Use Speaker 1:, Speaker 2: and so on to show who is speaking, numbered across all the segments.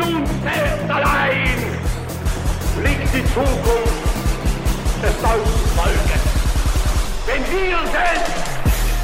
Speaker 1: uns selbst allein liegt die Zukunft des deutschen Volkes. Wenn wir selbst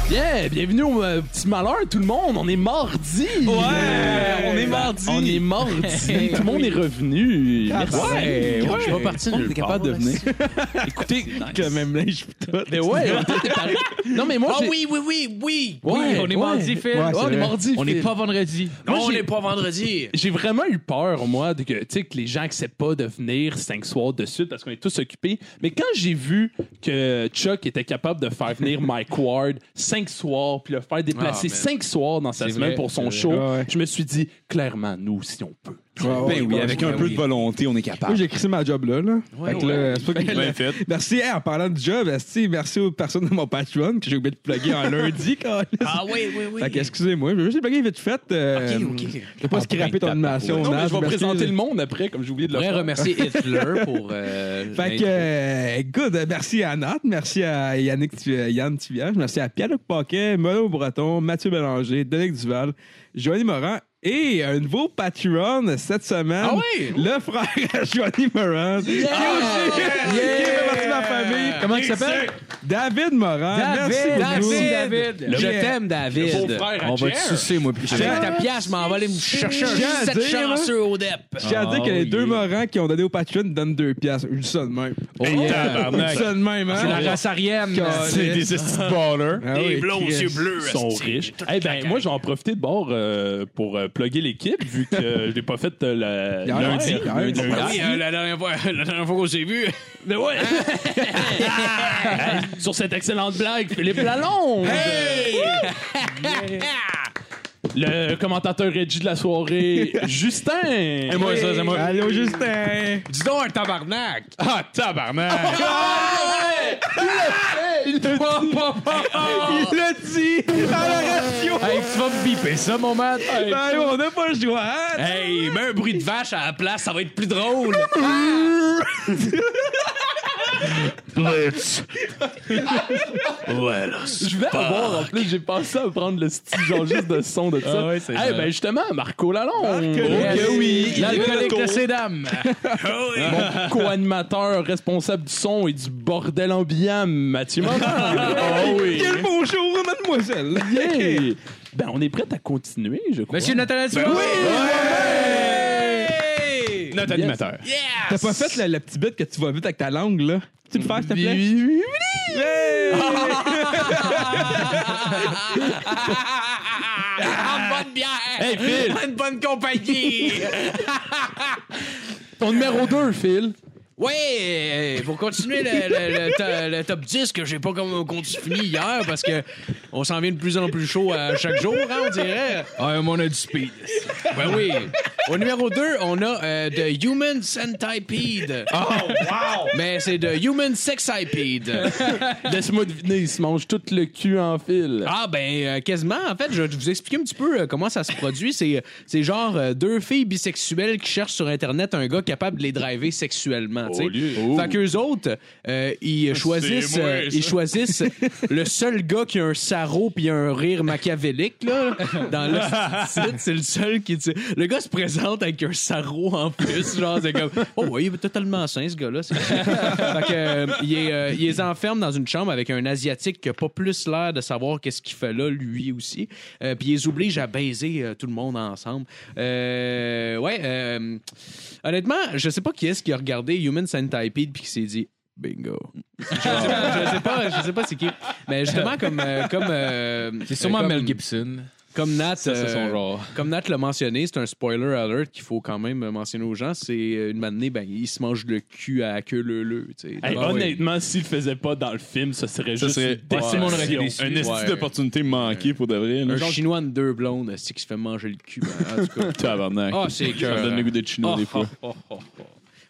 Speaker 2: Yeah, bienvenue au euh, petit malheur, tout le monde. On est mardi.
Speaker 3: Ouais, on est mardi.
Speaker 2: On est mardi. tout le monde est revenu. Merci.
Speaker 3: ouais,
Speaker 4: Quand
Speaker 3: ouais.
Speaker 4: je suis pas parti
Speaker 3: On
Speaker 4: nulle
Speaker 3: est capable de
Speaker 4: part,
Speaker 3: venir.
Speaker 4: là,
Speaker 3: Écoutez, quand même, là, je suis tout.
Speaker 2: Mais ouais, on était pareil. Non, mais moi,
Speaker 4: Ah
Speaker 2: j'ai-
Speaker 4: oui, oui, oui, oui.
Speaker 2: Ouais,
Speaker 4: Oui, on
Speaker 2: ouais.
Speaker 4: est mardi, Phil.
Speaker 2: Ouais,
Speaker 3: c'est
Speaker 2: on est
Speaker 3: vrai.
Speaker 2: mardi.
Speaker 4: on
Speaker 2: Phil.
Speaker 4: n'est pas vendredi.
Speaker 2: Moi,
Speaker 4: on
Speaker 2: j'ai-
Speaker 4: n'est pas vendredi.
Speaker 2: J'ai vraiment eu peur, moi, de que, tu sais, que les gens acceptent pas de venir cinq soirs de suite parce qu'on est tous occupés. Mais quand j'ai vu que Chuck était capable de faire venir Mike Ward cinq soirs, puis le faire déplacer
Speaker 4: Ah, man.
Speaker 2: cinq soirs dans sa
Speaker 4: C'est
Speaker 2: semaine
Speaker 4: vrai,
Speaker 2: pour son
Speaker 4: c'est
Speaker 2: show,
Speaker 3: Ouais, ouais.
Speaker 2: je me suis dit, clairement, nous aussi, on peut.
Speaker 3: Ben oui,
Speaker 4: avec un peu de
Speaker 5: volonté, on est
Speaker 3: Moi,
Speaker 5: capable.
Speaker 3: j'ai crissé ma job là. là.
Speaker 4: Ouais,
Speaker 3: Fait que
Speaker 4: ouais.
Speaker 3: là, c'est pas que-
Speaker 5: Bien fait.
Speaker 3: Merci, hey, en parlant de job, esti, merci aux personnes de mon Patreon que j'ai oublié de plugger en lundi. Quand...
Speaker 4: Ah oui, oui, oui.
Speaker 3: Fait que, excusez-moi, je vais juste les plugger vite fait. euh,
Speaker 4: Ok, ok.
Speaker 3: Je vais pas scraper ton animation.
Speaker 2: Non, mais
Speaker 3: Nat,
Speaker 2: je vais
Speaker 3: merci.
Speaker 2: présenter le monde après, comme j'ai oublié de
Speaker 4: Je
Speaker 2: le
Speaker 4: voudrais
Speaker 2: faire.
Speaker 4: remercier Hitler pour. euh,
Speaker 3: Fait que,
Speaker 4: l'intro.
Speaker 3: euh, good. euh, Merci à Nat, merci à Yannick, Tu- euh, Yann Tivierge, merci à Pierre-Luc Paquet, Mono Breton, Mathieu Bélanger, Dominique Duval, Joanie Morin et un nouveau Patreon cette semaine.
Speaker 4: Ah oui?
Speaker 3: Le frère à Joanie Morin. Ah, Qui est aussi- qui fait partie de la famille.
Speaker 4: Comment il s'appelle?
Speaker 3: David Morin. merci beaucoup.
Speaker 4: David, David.
Speaker 2: Le-
Speaker 4: Je t'aime,
Speaker 2: le
Speaker 4: David.
Speaker 2: beau-frère à
Speaker 4: On va te
Speaker 2: Jer.
Speaker 4: sucer, moi, puis je
Speaker 3: Jer.
Speaker 4: Avec ta pièce, je m'en vais aller me chercher
Speaker 3: J'ai
Speaker 4: un
Speaker 3: à
Speaker 4: 7
Speaker 3: dire, là.
Speaker 4: chanceux au E DEP.
Speaker 3: Je tiens à dire que les deux Morans qui ont donné au Patreon donnent deux piastres. Je dis ça de même.
Speaker 4: Oh, yeah.
Speaker 3: Je dis ça de même, hein?
Speaker 4: C'est la race arienne.
Speaker 5: C'est des estis de ballers.
Speaker 3: Ah oui, Chris.
Speaker 2: Ils sont riches. Eh ben, moi, je vais en profiter de bord euh, pour euh, plugger l'équipe, vu que je l'ai pas fait euh, la-
Speaker 3: Hier,
Speaker 2: lundi.
Speaker 3: hier,
Speaker 2: lundi.
Speaker 3: hier.
Speaker 4: Ah oui, euh, la dernière fois, la dernière fois qu'on s'est vu.
Speaker 2: Mais Ben ouais.
Speaker 5: Hein?
Speaker 2: Hey, Sur cette excellente blague, Philippe Lalonde. Le commentateur Reggie de la soirée, Justin. Et
Speaker 5: moi, ça, c'est moi.
Speaker 3: Allô, Justin!
Speaker 4: Dis donc un tabarnak!
Speaker 5: Ah, tabarnak! Ah,
Speaker 3: Il l'a dit! À la radio!
Speaker 5: Hey, tu vas me biper ça, mon man!
Speaker 3: Ben, on n'a pas le choix! hein?
Speaker 4: Hey,
Speaker 2: Ah.
Speaker 4: mets un bruit de vache à la place, ça va être plus drôle!
Speaker 2: Je vais avoir, en plus, j'ai pensé à prendre le style genre juste de son de ça.
Speaker 5: Ah ouais, c'est
Speaker 2: Eh
Speaker 5: ça.
Speaker 2: ben justement, Marco Lalonde.
Speaker 3: Marco.
Speaker 2: Oh,
Speaker 3: Yes.
Speaker 2: que oui.
Speaker 3: Il
Speaker 4: L'alcoolique de ces dames!
Speaker 2: Mon co-animateur responsable du son et du bordel ambiant, Mathieu
Speaker 4: Ah
Speaker 2: Morin. oh oui.
Speaker 3: Quel beau jour, mademoiselle!
Speaker 2: Yeah. Ben, on est prêt à continuer, je crois.
Speaker 4: Monsieur Nathalie Oui!
Speaker 5: Notre animateur.
Speaker 4: Yes!
Speaker 3: T'as pas fait le, le petit bit que tu vas vite avec ta langue, là? Tu le fais, s'il te plaît?
Speaker 2: Oui, oui, oui.
Speaker 4: Ah, bonne bière!
Speaker 2: Hey, Phil.
Speaker 4: Une bonne compagnie!
Speaker 2: Ton numéro 2, Phil.
Speaker 4: Ouais, euh, pour continuer le, le- le to- le top 10 que j'ai pas comme euh, continu fini hier parce que on s'en vient de plus en plus chaud à chaque jour, hein, on dirait. Ah, on a du speed. Ben oui. Au numéro 2, on a euh, The Human Centipede. Oh, wow! Mais c'est The Human Sexipede.
Speaker 2: Laisse-moi deviner, il se mange tout le cul en fil.
Speaker 4: Ah ben euh, quasiment en fait, je vais vous expliquer un petit peu euh, comment ça se produit, c'est c'est genre euh, deux filles bisexuelles qui cherchent sur internet un gars capable de les driver sexuellement, tu sais.
Speaker 2: lieu.
Speaker 4: Fait qu'eux autres, euh, ils choisissent
Speaker 5: Oh, moi,
Speaker 4: euh,
Speaker 5: ça.
Speaker 4: ils choisissent le seul gars qui a un sarrau puis un rire machiavélique là dans le site, c'est le seul qui dit- le gars se présente avec un sarrau en plus, genre c'est comme oh ouais, il est totalement sain ce gars-là. c'est- fait que, euh, il, est, euh, il les enferme dans une chambre avec un Asiatique qui a pas plus l'air de savoir qu'est-ce qu'il fait là, lui aussi. Euh, puis il les oblige à baiser euh, tout le monde ensemble. Euh, ouais, euh, honnêtement, je sais pas qui est-ce qui a regardé Human Centipede puis qui s'est dit bingo. je, sais pas, je sais pas, je sais pas c'est qui. Mais justement comme euh, comme euh, c'est
Speaker 5: Sûrement Mel Gibson.
Speaker 4: Comme Nat,
Speaker 5: Ça, c'est
Speaker 4: euh,
Speaker 5: son genre.
Speaker 4: comme Nat l'a mentionné, c'est un spoiler alert qu'il faut quand même mentionner aux gens. C'est euh, une matinée, ben, il se mange le cul à queue leu leu. tu sais.
Speaker 2: Hey,
Speaker 4: Ah ouais.
Speaker 2: honnêtement, s'il le faisait pas dans le film, ce serait
Speaker 5: Ça
Speaker 2: juste
Speaker 5: serait.
Speaker 2: une déception.
Speaker 5: Tout le monde aurait été déçu. Un esti
Speaker 4: Ouais.
Speaker 5: d'opportunité manquée pour de vrai.
Speaker 4: Un
Speaker 5: là.
Speaker 4: chinois de deux blondes euh, c'est qui se fait manger le cul. ben, en tout cas.
Speaker 5: Tabarnak.
Speaker 4: Ah, c'est
Speaker 5: Ça me
Speaker 4: écœurant.
Speaker 5: donne le goût de chino
Speaker 4: Oh,
Speaker 5: des fois.
Speaker 4: oh, oh, oh, oh.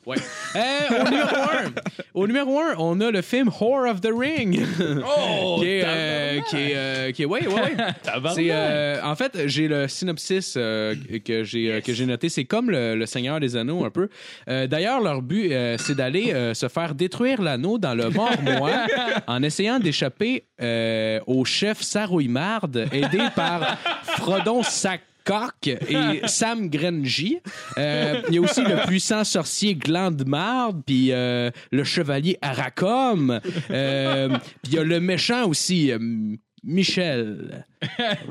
Speaker 4: Ouais. Euh, au numéro 1, au numéro un, on a le film Whore of the Ring. Oh! qui est, euh, qui est, euh, qui est- ouais, ouais, ouais. C'est, euh, en fait, j'ai le synopsis euh, que j'ai euh, que j'ai noté. C'est comme le, le Seigneur des Anneaux un peu. Euh, D'ailleurs, leur but, euh, c'est d'aller euh, se faire détruire l'anneau dans le mort mois en essayant d'échapper euh, au chef Sarouimarde aidé par Frodon Sac.
Speaker 3: Cock et Sam Grengy. Euh, il y a aussi le puissant sorcier Glandmarde, puis euh, le chevalier Aracom. Euh, puis il y a le méchant aussi, euh, Michel.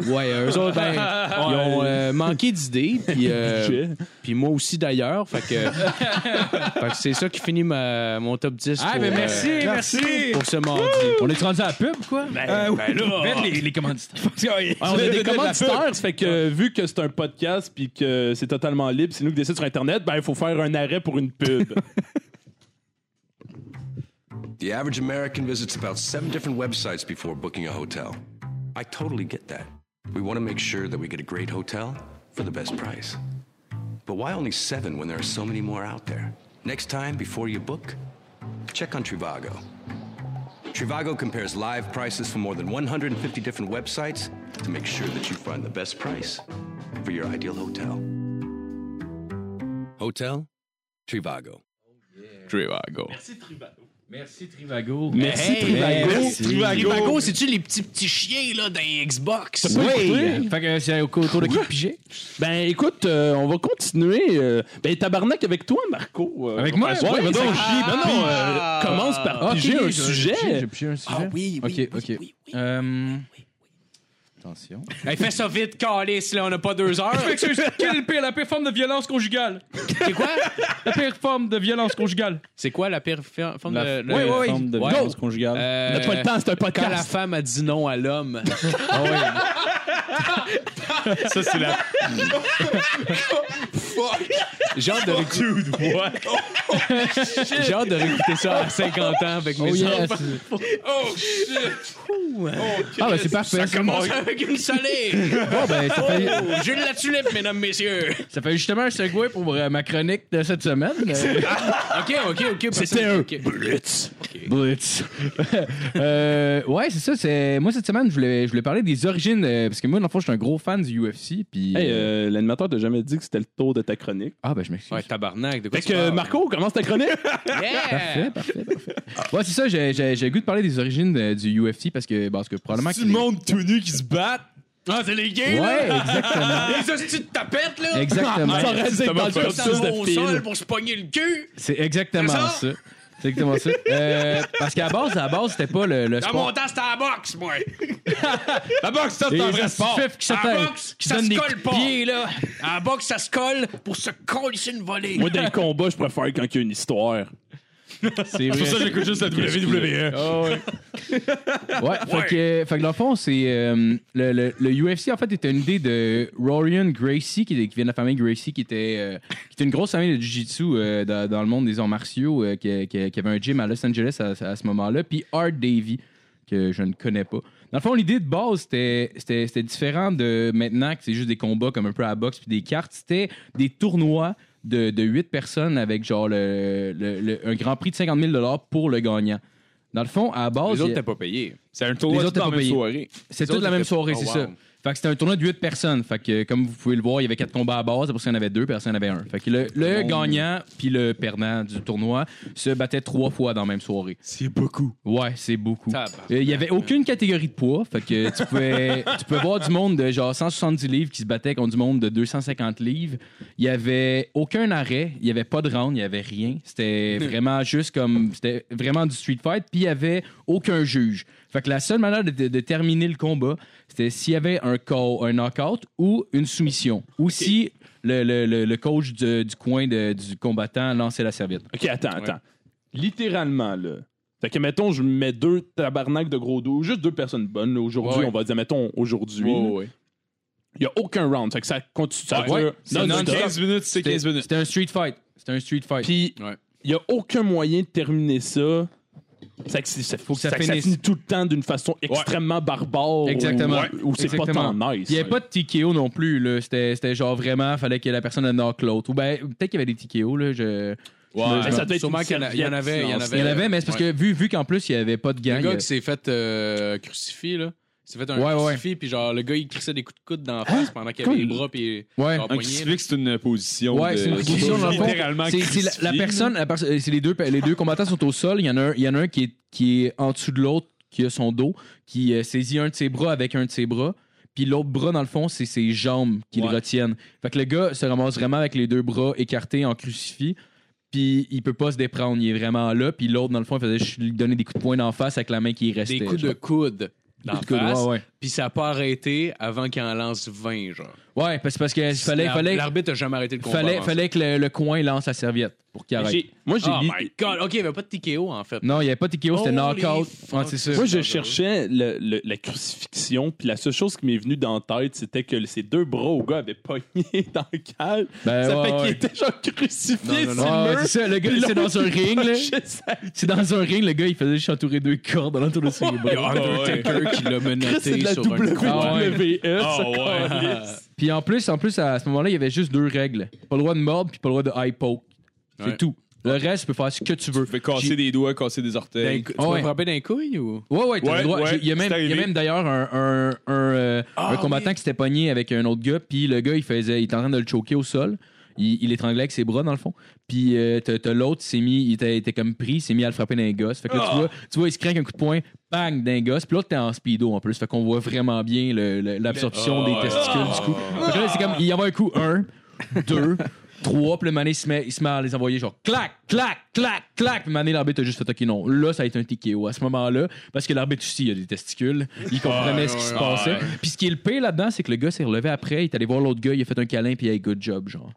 Speaker 3: Ouais, eux autres, ben, ils ont euh, manqué d'idées, puis euh,
Speaker 2: Budget.
Speaker 3: puis moi aussi d'ailleurs. Fait que, fait que c'est ça qui finit ma, mon top 10
Speaker 4: Ah,
Speaker 3: pour,
Speaker 4: ben
Speaker 3: euh,
Speaker 4: merci, merci.
Speaker 3: pour ce mardi.
Speaker 4: On est rendu à la pub, quoi? Ben,
Speaker 2: là,
Speaker 4: les, les commanditaires.
Speaker 2: Ah, on a des commanditaires, ça fait que euh, vu que c'est un podcast puis que c'est totalement libre, c'est nous qui décide sur Internet, ben il faut faire un arrêt pour une pub.
Speaker 6: The average American visits about seven different websites before booking a hotel. I totally get that. We want to make sure that we get a great hotel for the best price. But why only seven when there are so many more out there? Next time, before you book, check on Trivago. Trivago compares live prices from more than 150 different websites to make sure that you find the best price for your ideal hotel. Hotel Trivago.
Speaker 5: Trivago.
Speaker 4: Merci, Trivago.
Speaker 2: Merci, Trivago.
Speaker 3: Trivago, c'est-tu les petits petits chiens là, d'un Xbox?
Speaker 4: Oui! Fait que c'est au autour de qui piger?
Speaker 2: Ben écoute, euh, on va continuer. euh, ben tabarnak avec toi, Marco. euh,
Speaker 4: Avec moi?
Speaker 2: Ouais,
Speaker 4: Oui,
Speaker 2: ben
Speaker 4: ça-
Speaker 2: non, j'ai- ben non, euh,
Speaker 3: Ah.
Speaker 2: commence par piger un sujet.
Speaker 4: J'ai pigé un sujet.
Speaker 3: oui,
Speaker 4: Ok, ok. Euh, Attention.
Speaker 3: Hey, fais ça vite, calice, là, on n'a pas deux heures.
Speaker 4: Quelle pire, la pire forme de violence conjugale?
Speaker 3: c'est quoi?
Speaker 4: La pire forme de violence conjugale.
Speaker 3: C'est quoi la pire fi- forme
Speaker 5: La
Speaker 3: de...
Speaker 5: oui,
Speaker 3: le-
Speaker 5: oui, forme de
Speaker 3: Ouais.
Speaker 5: violence conjugale.
Speaker 3: Euh,
Speaker 2: On n'a pas le temps, c'est un
Speaker 3: Quand la
Speaker 2: podcast.
Speaker 3: femme a dit non à l'homme.
Speaker 5: Ça, c'est la.
Speaker 3: J'ai hâte de réécouter-
Speaker 4: Oh,
Speaker 3: J'ai hâte de réécouter ça à 50 ans avec mes
Speaker 4: hein,
Speaker 3: enfants. Oh,
Speaker 4: Ah, ben c'est parfait. Ah, Ça
Speaker 3: Commence avec une salée. Oh, Jules la tulipe, mesdames, messieurs.
Speaker 4: Ça fait justement un segway pour euh, ma chronique de cette semaine. Euh,
Speaker 3: OK, OK, OK.
Speaker 2: C'était un
Speaker 3: OK.
Speaker 2: blitz.
Speaker 4: Blitz. Euh, ouais, c'est ça. C'est... Moi, cette semaine, je voulais, je voulais parler des origines. euh, parce que moi, dans le fond, je suis un gros fan du UFC. Puis,
Speaker 2: Hey,
Speaker 4: euh,
Speaker 2: euh, l'animateur t'a jamais dit que c'était le tour de ta chronique.
Speaker 4: Ah, ben je m'excuse.
Speaker 3: Ouais, tabarnak, de quoi
Speaker 2: Fait
Speaker 3: tu
Speaker 2: que
Speaker 3: parles?
Speaker 2: Marco, commence ta chronique.
Speaker 3: Yeah!
Speaker 4: Parfait, parfait, parfait. Ouais, c'est ça. J'ai, j'ai, j'ai le goût de parler des origines euh, du UFC parce que, parce que probablement. que-
Speaker 5: monde tout nu qui se bat.
Speaker 3: Ah, c'est les gays,
Speaker 4: Ouais,
Speaker 3: là!
Speaker 4: exactement.
Speaker 3: Les hosties de tapettes, là!
Speaker 4: exactement.
Speaker 2: Ça aurait dû être dans
Speaker 3: Ils
Speaker 2: le
Speaker 3: s'en
Speaker 2: cursus
Speaker 3: vont au
Speaker 2: de
Speaker 3: sol
Speaker 2: fil.
Speaker 3: pour se pogner le cul!
Speaker 4: C'est exactement
Speaker 3: C'est ça?
Speaker 4: ça. C'est exactement ça. Euh, parce qu'à la base, à la base, c'était pas le, le
Speaker 3: Dans
Speaker 4: sport.
Speaker 3: mon temps, c'était à la boxe, moi!
Speaker 5: La boxe, ça,
Speaker 4: Les
Speaker 5: c'est un vrai sport.
Speaker 4: fifs qui se
Speaker 3: À la
Speaker 4: taillent,
Speaker 3: boxe,
Speaker 4: qui
Speaker 3: ça
Speaker 4: donnent
Speaker 3: se
Speaker 4: des
Speaker 3: colle
Speaker 4: coups de
Speaker 3: pas!
Speaker 4: pied, là.
Speaker 3: À la boxe, ça se colle pour se coller une volée!
Speaker 2: Moi, dans les combats, je préfère quand il y a une histoire.
Speaker 4: C'est vrai.
Speaker 5: j'écoute juste la WWE.
Speaker 4: E.
Speaker 2: Oh,
Speaker 4: Ah Ouais, Fait, que, fait que dans le fond, c'est. euh, le, le- le UFC, en fait, était une idée de Rorian Gracie, qui, qui vient de la famille Gracie, qui était, euh, qui était une grosse famille de Jiu-Jitsu euh, dans, dans le monde des arts martiaux, euh, qui, qui- qui avait un gym à Los Angeles à, à ce moment-là, puis Art Davy, que je ne connais pas. Dans le fond, l'idée de base, c'était- c'était c'était différent de maintenant, que c'est juste des combats comme un peu à la boxe puis des cartes. C'était des tournois de, de 8 personnes avec genre le, le- le- un grand prix de 50 000 pour le gagnant. Dans le fond, à la base.
Speaker 3: Les autres
Speaker 4: il-
Speaker 3: t'es pas payé.
Speaker 5: C'est un tournoi
Speaker 4: Les
Speaker 5: tout
Speaker 4: autres
Speaker 5: dans
Speaker 4: étaient
Speaker 5: la même
Speaker 4: pas
Speaker 5: soirée.
Speaker 4: c'est
Speaker 3: Les
Speaker 4: toute la
Speaker 3: autres
Speaker 4: même
Speaker 3: étaient-
Speaker 4: soirée,
Speaker 3: Oh,
Speaker 4: c'est
Speaker 3: wow.
Speaker 4: ça. Fait que c'était un tournoi de 8 personnes. Fait que, euh, comme vous pouvez le voir, il y avait 4 combats à base, après ça, il y en avait 2, puis après ça, il y en avait un. Fait que le, le gagnant puis le perdant du tournoi se battaient trois fois dans la même soirée.
Speaker 5: C'est beaucoup.
Speaker 4: Ouais, c'est beaucoup. Euh,
Speaker 3: Tabarnak.
Speaker 4: Il y avait aucune catégorie de poids. Fait que tu pouvais, tu pouvais voir du monde de genre 170 livres qui se battait contre du monde de 250 livres. Il y avait aucun arrêt. Il y avait pas de round. Il y avait rien. C'était vraiment juste comme. C'était vraiment du street fight. Puis il y avait aucun juge. Fait que la seule manière de, de- de terminer le combat, c'était s'il y avait un, KO, un knockout ou une soumission. Ou si le, le- le- le coach du, du coin de- du combattant lançait la serviette.
Speaker 2: OK, attends, attends. Littéralement, là. Fait que, mettons, je mets deux tabarnak de gros dos, juste deux personnes bonnes, là, aujourd'hui,
Speaker 4: Ouais.
Speaker 2: on va dire, mettons, aujourd'hui. là. Il n'y a aucun round. Fait que ça continue. Ça
Speaker 4: Ouais.
Speaker 2: dure
Speaker 4: C'est
Speaker 2: non-stop.
Speaker 4: non-stop.
Speaker 5: 15 minutes, c'est 15
Speaker 4: C'était
Speaker 5: minutes.
Speaker 4: c'était un street fight. C'était un street fight.
Speaker 2: Puis,
Speaker 3: Ouais.
Speaker 2: il n'y a aucun moyen de terminer ça. Ça, que c'est- ça- faut que
Speaker 4: Ça
Speaker 2: ça, que ça
Speaker 4: finisse.
Speaker 2: finit tout le temps d'une façon extrêmement barbare.
Speaker 4: Exactement.
Speaker 2: Ou, ou c'est pas
Speaker 4: Exactement.
Speaker 2: tant nice.
Speaker 4: Il n'y avait pas de TKO non plus. là. C'était c'était genre vraiment, fallait que la personne knock l'autre. Ou ben, peut-être qu'il y avait des TKO. Là, je...
Speaker 2: Ouais.
Speaker 4: je me-
Speaker 2: Ça doit être
Speaker 3: Sûrement
Speaker 2: une
Speaker 3: qu'il y en a- il y en avait, il y en
Speaker 2: silence.
Speaker 4: Il y en avait, mais c'est parce que vu, vu qu'en plus, il n'y avait pas de gang.
Speaker 3: Le gars
Speaker 4: euh,
Speaker 3: qui s'est fait euh, crucifier, là. Il s'est fait un
Speaker 4: Ouais, ouais. Hein?
Speaker 3: crucifix, puis genre, le gars, il crissait des coups de coude dans la face pendant qu'il avait les bras, puis
Speaker 4: euh, Ouais.
Speaker 3: genre, poigné,
Speaker 5: Un
Speaker 3: là.
Speaker 5: crucifix, c'est une euh, position.
Speaker 4: Ouais,
Speaker 5: de-
Speaker 4: c'est une position dans le fond.
Speaker 5: Littéralement
Speaker 4: C'est c'est la, la
Speaker 5: crucifié.
Speaker 4: personne, la perso- c'est les deux, les deux combattants sont au sol. Il y en a un, il y en a un qui est, qui est en dessous de l'autre, qui a son dos, qui euh, saisit un de ses bras avec un de ses bras. Puis l'autre bras, dans le fond, c'est ses jambes qui le retiennent. Fait que le gars se ramasse vraiment avec les deux bras écartés en crucifix. Puis il peut pas se déprendre. Il est vraiment là. Puis l'autre, dans le fond, il faisait je lui donnais des coups de poing d'en face avec la main qui restait.
Speaker 3: Des coups de
Speaker 4: genre.
Speaker 3: coude dans
Speaker 4: Coups de coude,
Speaker 3: face,
Speaker 4: ouais, ouais.
Speaker 3: puis ça a pas arrêté avant qu'il en lance 20, genre.
Speaker 4: Ouais, parce, parce que fallait,
Speaker 3: L'ar-
Speaker 4: fallait,
Speaker 3: L'arbitre a jamais arrêté le combat.
Speaker 4: fallait,
Speaker 3: avant
Speaker 4: fallait que le, le coin lance la serviette pour qu'il
Speaker 2: Mais
Speaker 4: arrête.
Speaker 2: j'ai- Moi, j'ai
Speaker 3: ça. Oh
Speaker 2: li-
Speaker 3: my god, ok, il y avait pas de TKO en fait.
Speaker 4: Non, il n'y avait pas de TKO, c'était
Speaker 3: Holy
Speaker 4: knockout.
Speaker 3: fuck.
Speaker 4: Ouais, c'est ça.
Speaker 2: Moi, je cherchais le- le- la crucifixion, puis la seule chose qui m'est venue dans la tête, c'était que ces deux bras au gars avaient pogné dans le cal.
Speaker 4: Ben,
Speaker 2: ça
Speaker 4: ouais,
Speaker 2: fait
Speaker 4: ouais.
Speaker 2: qu'il était genre crucifié sur
Speaker 4: Ouais, Ah,
Speaker 2: le
Speaker 4: ouais,
Speaker 2: mur.
Speaker 4: c'est ça, le gars,
Speaker 2: Puis
Speaker 4: c'est
Speaker 2: l'autre,
Speaker 4: dans un
Speaker 2: il
Speaker 4: ring, là.
Speaker 2: lâchait sa-
Speaker 4: C'est dans un ring, le gars, il faisait juste entourer deux cordes dans l'entour de ses
Speaker 3: Ah,
Speaker 4: bras.
Speaker 3: Undertaker qui l'a E.
Speaker 2: Chris, c'est
Speaker 3: menotté
Speaker 2: de la
Speaker 3: sur un coin.
Speaker 2: WWE,
Speaker 5: Ah,
Speaker 2: ce
Speaker 5: ouais.
Speaker 2: câlisse.
Speaker 4: Puis en plus, en plus, à ce moment-là, il y avait juste deux règles. Pas le droit de mordre, puis pas le droit de high poke. C'est
Speaker 3: Ouais.
Speaker 4: tout. Le reste, tu peux faire ce que tu veux.
Speaker 5: Tu peux casser
Speaker 4: J'ai-
Speaker 5: des doigts, casser des orteils.
Speaker 3: Tu
Speaker 4: Euh, ah Ouais.
Speaker 3: peux frapper d'un couille ou?
Speaker 4: Ouais, ouais, t'as
Speaker 5: Ouais,
Speaker 4: le droit.
Speaker 5: ouais,
Speaker 4: J'ai- Il y a même,
Speaker 5: c'est
Speaker 4: il y a
Speaker 5: arrivé. Ah
Speaker 4: même d'ailleurs un, un, un, euh, un combattant qui s'était pogné avec un autre gars, puis le gars, il faisait, il était en train de le choquer au sol. Il, il étranglait avec ses bras, dans le fond. Puis euh, t'as t'as l'autre, il s'est mis, il était, il était comme pris, il s'est mis à le frapper d'un gosse. Fait que
Speaker 5: Ah.
Speaker 4: là, tu, vois, tu vois, il se craint un coup de poing, bang, d'un gosse. Puis l'autre, t'es en speedo en plus. Fait qu'on voit vraiment bien le- le- l'absorption
Speaker 5: Ah
Speaker 4: des testicules du coup. Fait que là, c'est comme, il y avait un coup, un, deux, trois, puis le mané, il se met, il se met à les envoyer genre clac, clac, clac, clac. Puis mané, l'arbitre a juste fait ok, non. Là, ça a été un TKO à ce moment-là, parce que l'arbitre aussi, il a des testicules. Il comprenait ce qui se passait. Puis ce qui est le pire là-dedans, c'est que le gars s'est relevé après, il est allé voir l'autre gars, il a fait un câlin, puis il a good job, genre.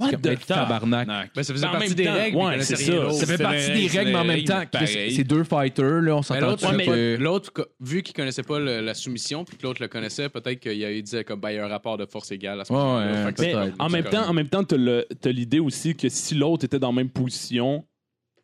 Speaker 4: C'est comme,
Speaker 2: the
Speaker 4: hey,
Speaker 2: fuck?
Speaker 4: tabarnak.
Speaker 3: Ben, ça faisait
Speaker 2: En
Speaker 3: partie
Speaker 2: même
Speaker 3: des
Speaker 2: temps,
Speaker 3: règles.
Speaker 2: ouais,
Speaker 3: puis il connaissait
Speaker 2: c'est
Speaker 3: rien
Speaker 2: ça.
Speaker 3: d'autre.
Speaker 2: Ça
Speaker 4: Ça fait partie des règles, mais en même temps, Chris,
Speaker 5: pareil.
Speaker 4: c'est deux fighters, là, on
Speaker 3: Mais
Speaker 4: s'entend
Speaker 3: l'autre,
Speaker 4: que-
Speaker 3: c'est pas- l'autre, co- vu qu'il connaissait pas le- la soumission, puis que l'autre le connaissait, peut-être qu'il y a eu dit comme ben, il y a un rapport de force égale à ce
Speaker 4: Ouais,
Speaker 3: moment-là.
Speaker 4: ouais,
Speaker 3: Fait que
Speaker 2: Mais
Speaker 3: c'est
Speaker 4: peut-être.
Speaker 3: comme-
Speaker 2: en même
Speaker 3: c'est
Speaker 2: temps,
Speaker 3: comme-
Speaker 2: en même temps, t'as le- t'as l'idée aussi que si l'autre était dans la même position,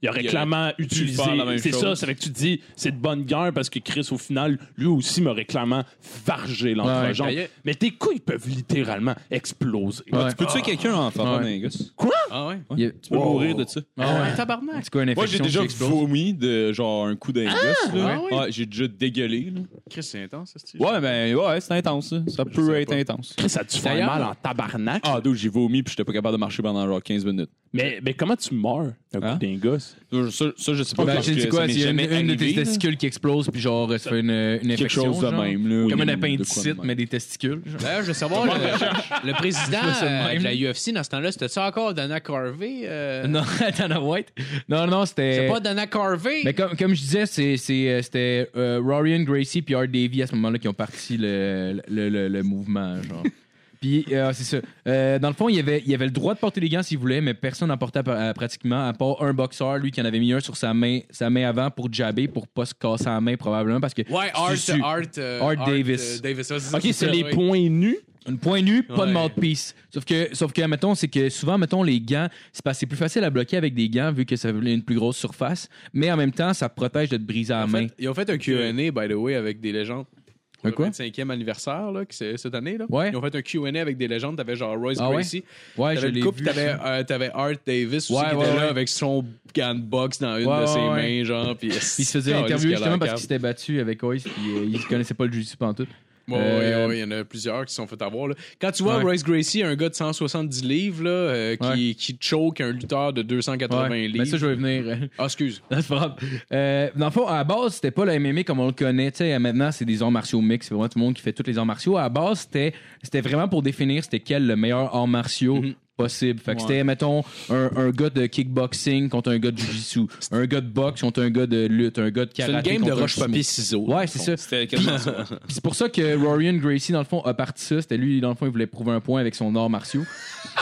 Speaker 2: il aurait
Speaker 5: Il aurait
Speaker 2: clairement utilisé.
Speaker 5: faire la même
Speaker 2: C'est
Speaker 5: chose.
Speaker 2: ça, c'est vrai que tu te dis, c'est de bonne guerre parce que Chris, au final, lui aussi m'aurait clairement vargé l'entrejambe.
Speaker 3: Ouais.
Speaker 2: Mais tes couilles peuvent littéralement exploser.
Speaker 4: Ouais. Ah.
Speaker 5: Tu peux tuer quelqu'un en frappant
Speaker 4: Ouais.
Speaker 5: un gosse.
Speaker 3: Ah ouais?
Speaker 4: Il y a-
Speaker 5: Tu peux mourir de ça.
Speaker 4: Ah ouais.
Speaker 3: tabarnak!
Speaker 4: C'est quoi une
Speaker 5: Moi, j'ai
Speaker 4: infection
Speaker 5: déjà
Speaker 4: qui explose?
Speaker 5: vomi de genre un coup d'un gosse. là.
Speaker 3: Ah oui?
Speaker 5: Ouais, j'ai déjà dégueulé. là.
Speaker 3: Chris, c'est intense, ça, c'est-
Speaker 5: Ouais, ben ouais, c'est intense. Ça, ça peut
Speaker 3: sais
Speaker 5: être
Speaker 3: pas.
Speaker 5: intense.
Speaker 2: Chris, ça a dû faire
Speaker 3: D'ailleurs-
Speaker 2: mal en tabarnak.
Speaker 5: Ah, d'où j'ai vomi puis j'étais pas capable de marcher pendant genre 15 minutes.
Speaker 2: Mais, mais comment tu meurs d'un
Speaker 5: Hein?
Speaker 2: coup d'un gosse?
Speaker 5: Ça, ça, ça, je sais pas. parce
Speaker 4: Imagine,
Speaker 5: que
Speaker 4: c'est Ben, quoi,
Speaker 5: ça m'est
Speaker 4: s'il y a une,
Speaker 5: jamais
Speaker 4: une de
Speaker 5: arrivé,
Speaker 4: tes
Speaker 5: là.
Speaker 4: testicules qui explose, puis genre, ça fait une, une infection.
Speaker 5: chose de
Speaker 4: genre.
Speaker 5: même, là, oui,
Speaker 4: Comme un
Speaker 5: de quoi de
Speaker 4: appendicite,
Speaker 5: même.
Speaker 4: mais des testicules. genre.
Speaker 3: D'ailleurs, je veux savoir, le, le président euh, de la UFC dans ce temps-là, c'était ça encore Dana Carvey? euh,
Speaker 4: Non, Dana White. Non, non,
Speaker 3: C'est
Speaker 4: c'était.
Speaker 3: pas Dana Carvey?
Speaker 4: Mais comme, comme je disais, c'est- c'est, euh, c'était euh, Rorian Gracie puis Art Davy à ce moment-là qui ont parti le, le, le- le mouvement. Genre. puis, euh, c'est ça. Euh, dans le fond, il y avait, il y avait le droit de porter des gants s'il voulait, mais personne n'en portait pa- euh, pratiquement, à part un boxeur, lui qui en avait mis un sur sa main, sa main avant pour jabber, pour pas se casser la main probablement. Parce que
Speaker 3: Ouais,
Speaker 4: tu-
Speaker 3: Art, Art,
Speaker 4: tu-
Speaker 3: euh,
Speaker 4: Art Davis.
Speaker 3: euh, Davis. ouais, ça,
Speaker 2: Ok, c'est
Speaker 3: ça,
Speaker 2: les
Speaker 3: oui.
Speaker 2: points nus.
Speaker 4: Une point nu, pas
Speaker 3: Ouais.
Speaker 4: de mouthpiece. Sauf que, sauf que, mettons, c'est que souvent, mettons, les gants, c'est parce que c'est plus facile à bloquer avec des gants vu que ça a une plus grosse surface, mais en même temps, ça te protège de te briser la
Speaker 3: En
Speaker 4: main.
Speaker 3: fait, ils ont fait un Q&A, by the way, avec des légendes.
Speaker 4: Un quoi?
Speaker 3: Le 25e anniversaire, là, qui c'est cette année, là.
Speaker 4: Ouais.
Speaker 3: Ils ont fait un Q&A avec des légendes. T'avais genre Royce
Speaker 4: Ah ouais?
Speaker 3: Gracie.
Speaker 4: Ouais, je
Speaker 3: T'avais
Speaker 4: l'ai
Speaker 3: le couple,
Speaker 4: vu.
Speaker 3: t'avais, euh, t'avais Art Davis aussi
Speaker 4: Ouais,
Speaker 3: qui
Speaker 4: ouais,
Speaker 3: était
Speaker 4: ouais.
Speaker 3: là avec son gun box dans une
Speaker 4: Ouais,
Speaker 3: de ses
Speaker 4: ouais, ouais.
Speaker 3: mains, genre. Puis
Speaker 4: Il se faisait interviewer justement parce qu'il s'était battu avec Ois, puis euh, il connaissait pas le jiu-jitsu pantoute.
Speaker 3: Ouais,
Speaker 4: Euh,
Speaker 3: ouais, ouais, il y en a plusieurs qui se sont fait avoir. Là. Quand tu vois
Speaker 4: Ouais.
Speaker 3: Royce Gracie, un gars de 170 livres, là, euh, qui, qui choke un lutteur de 280
Speaker 4: Ouais,
Speaker 3: livres.
Speaker 4: mais ça, je vais venir. euh,
Speaker 3: Ah, excuse.
Speaker 4: Non, c'est pas grave. Euh, dans le fond, à la base, c'était pas le MMA comme on le connaît. Tu sais, euh, maintenant, c'est des arts martiaux mix. C'est vraiment tout le monde qui fait tous les arts martiaux. À la base, c'était, c'était vraiment pour définir c'était quel le meilleur art martiaux
Speaker 3: Mhm.
Speaker 4: possible. Fait que c'était, mettons, un, un gars de kickboxing contre un gars de jiu-jitsu. Un gars de boxe contre un gars de lutte. Un gars de
Speaker 3: C'est
Speaker 4: karaté
Speaker 3: une game de
Speaker 4: contre un sumo.
Speaker 3: roche-papier-ciseaux.
Speaker 4: Ouais, c'est ça.
Speaker 5: C'était quasiment ça.
Speaker 4: Puis c'est pour ça que Rorian Gracie, dans le fond, a parti ça. C'était lui, dans le fond, il voulait prouver un point avec son art martiaux.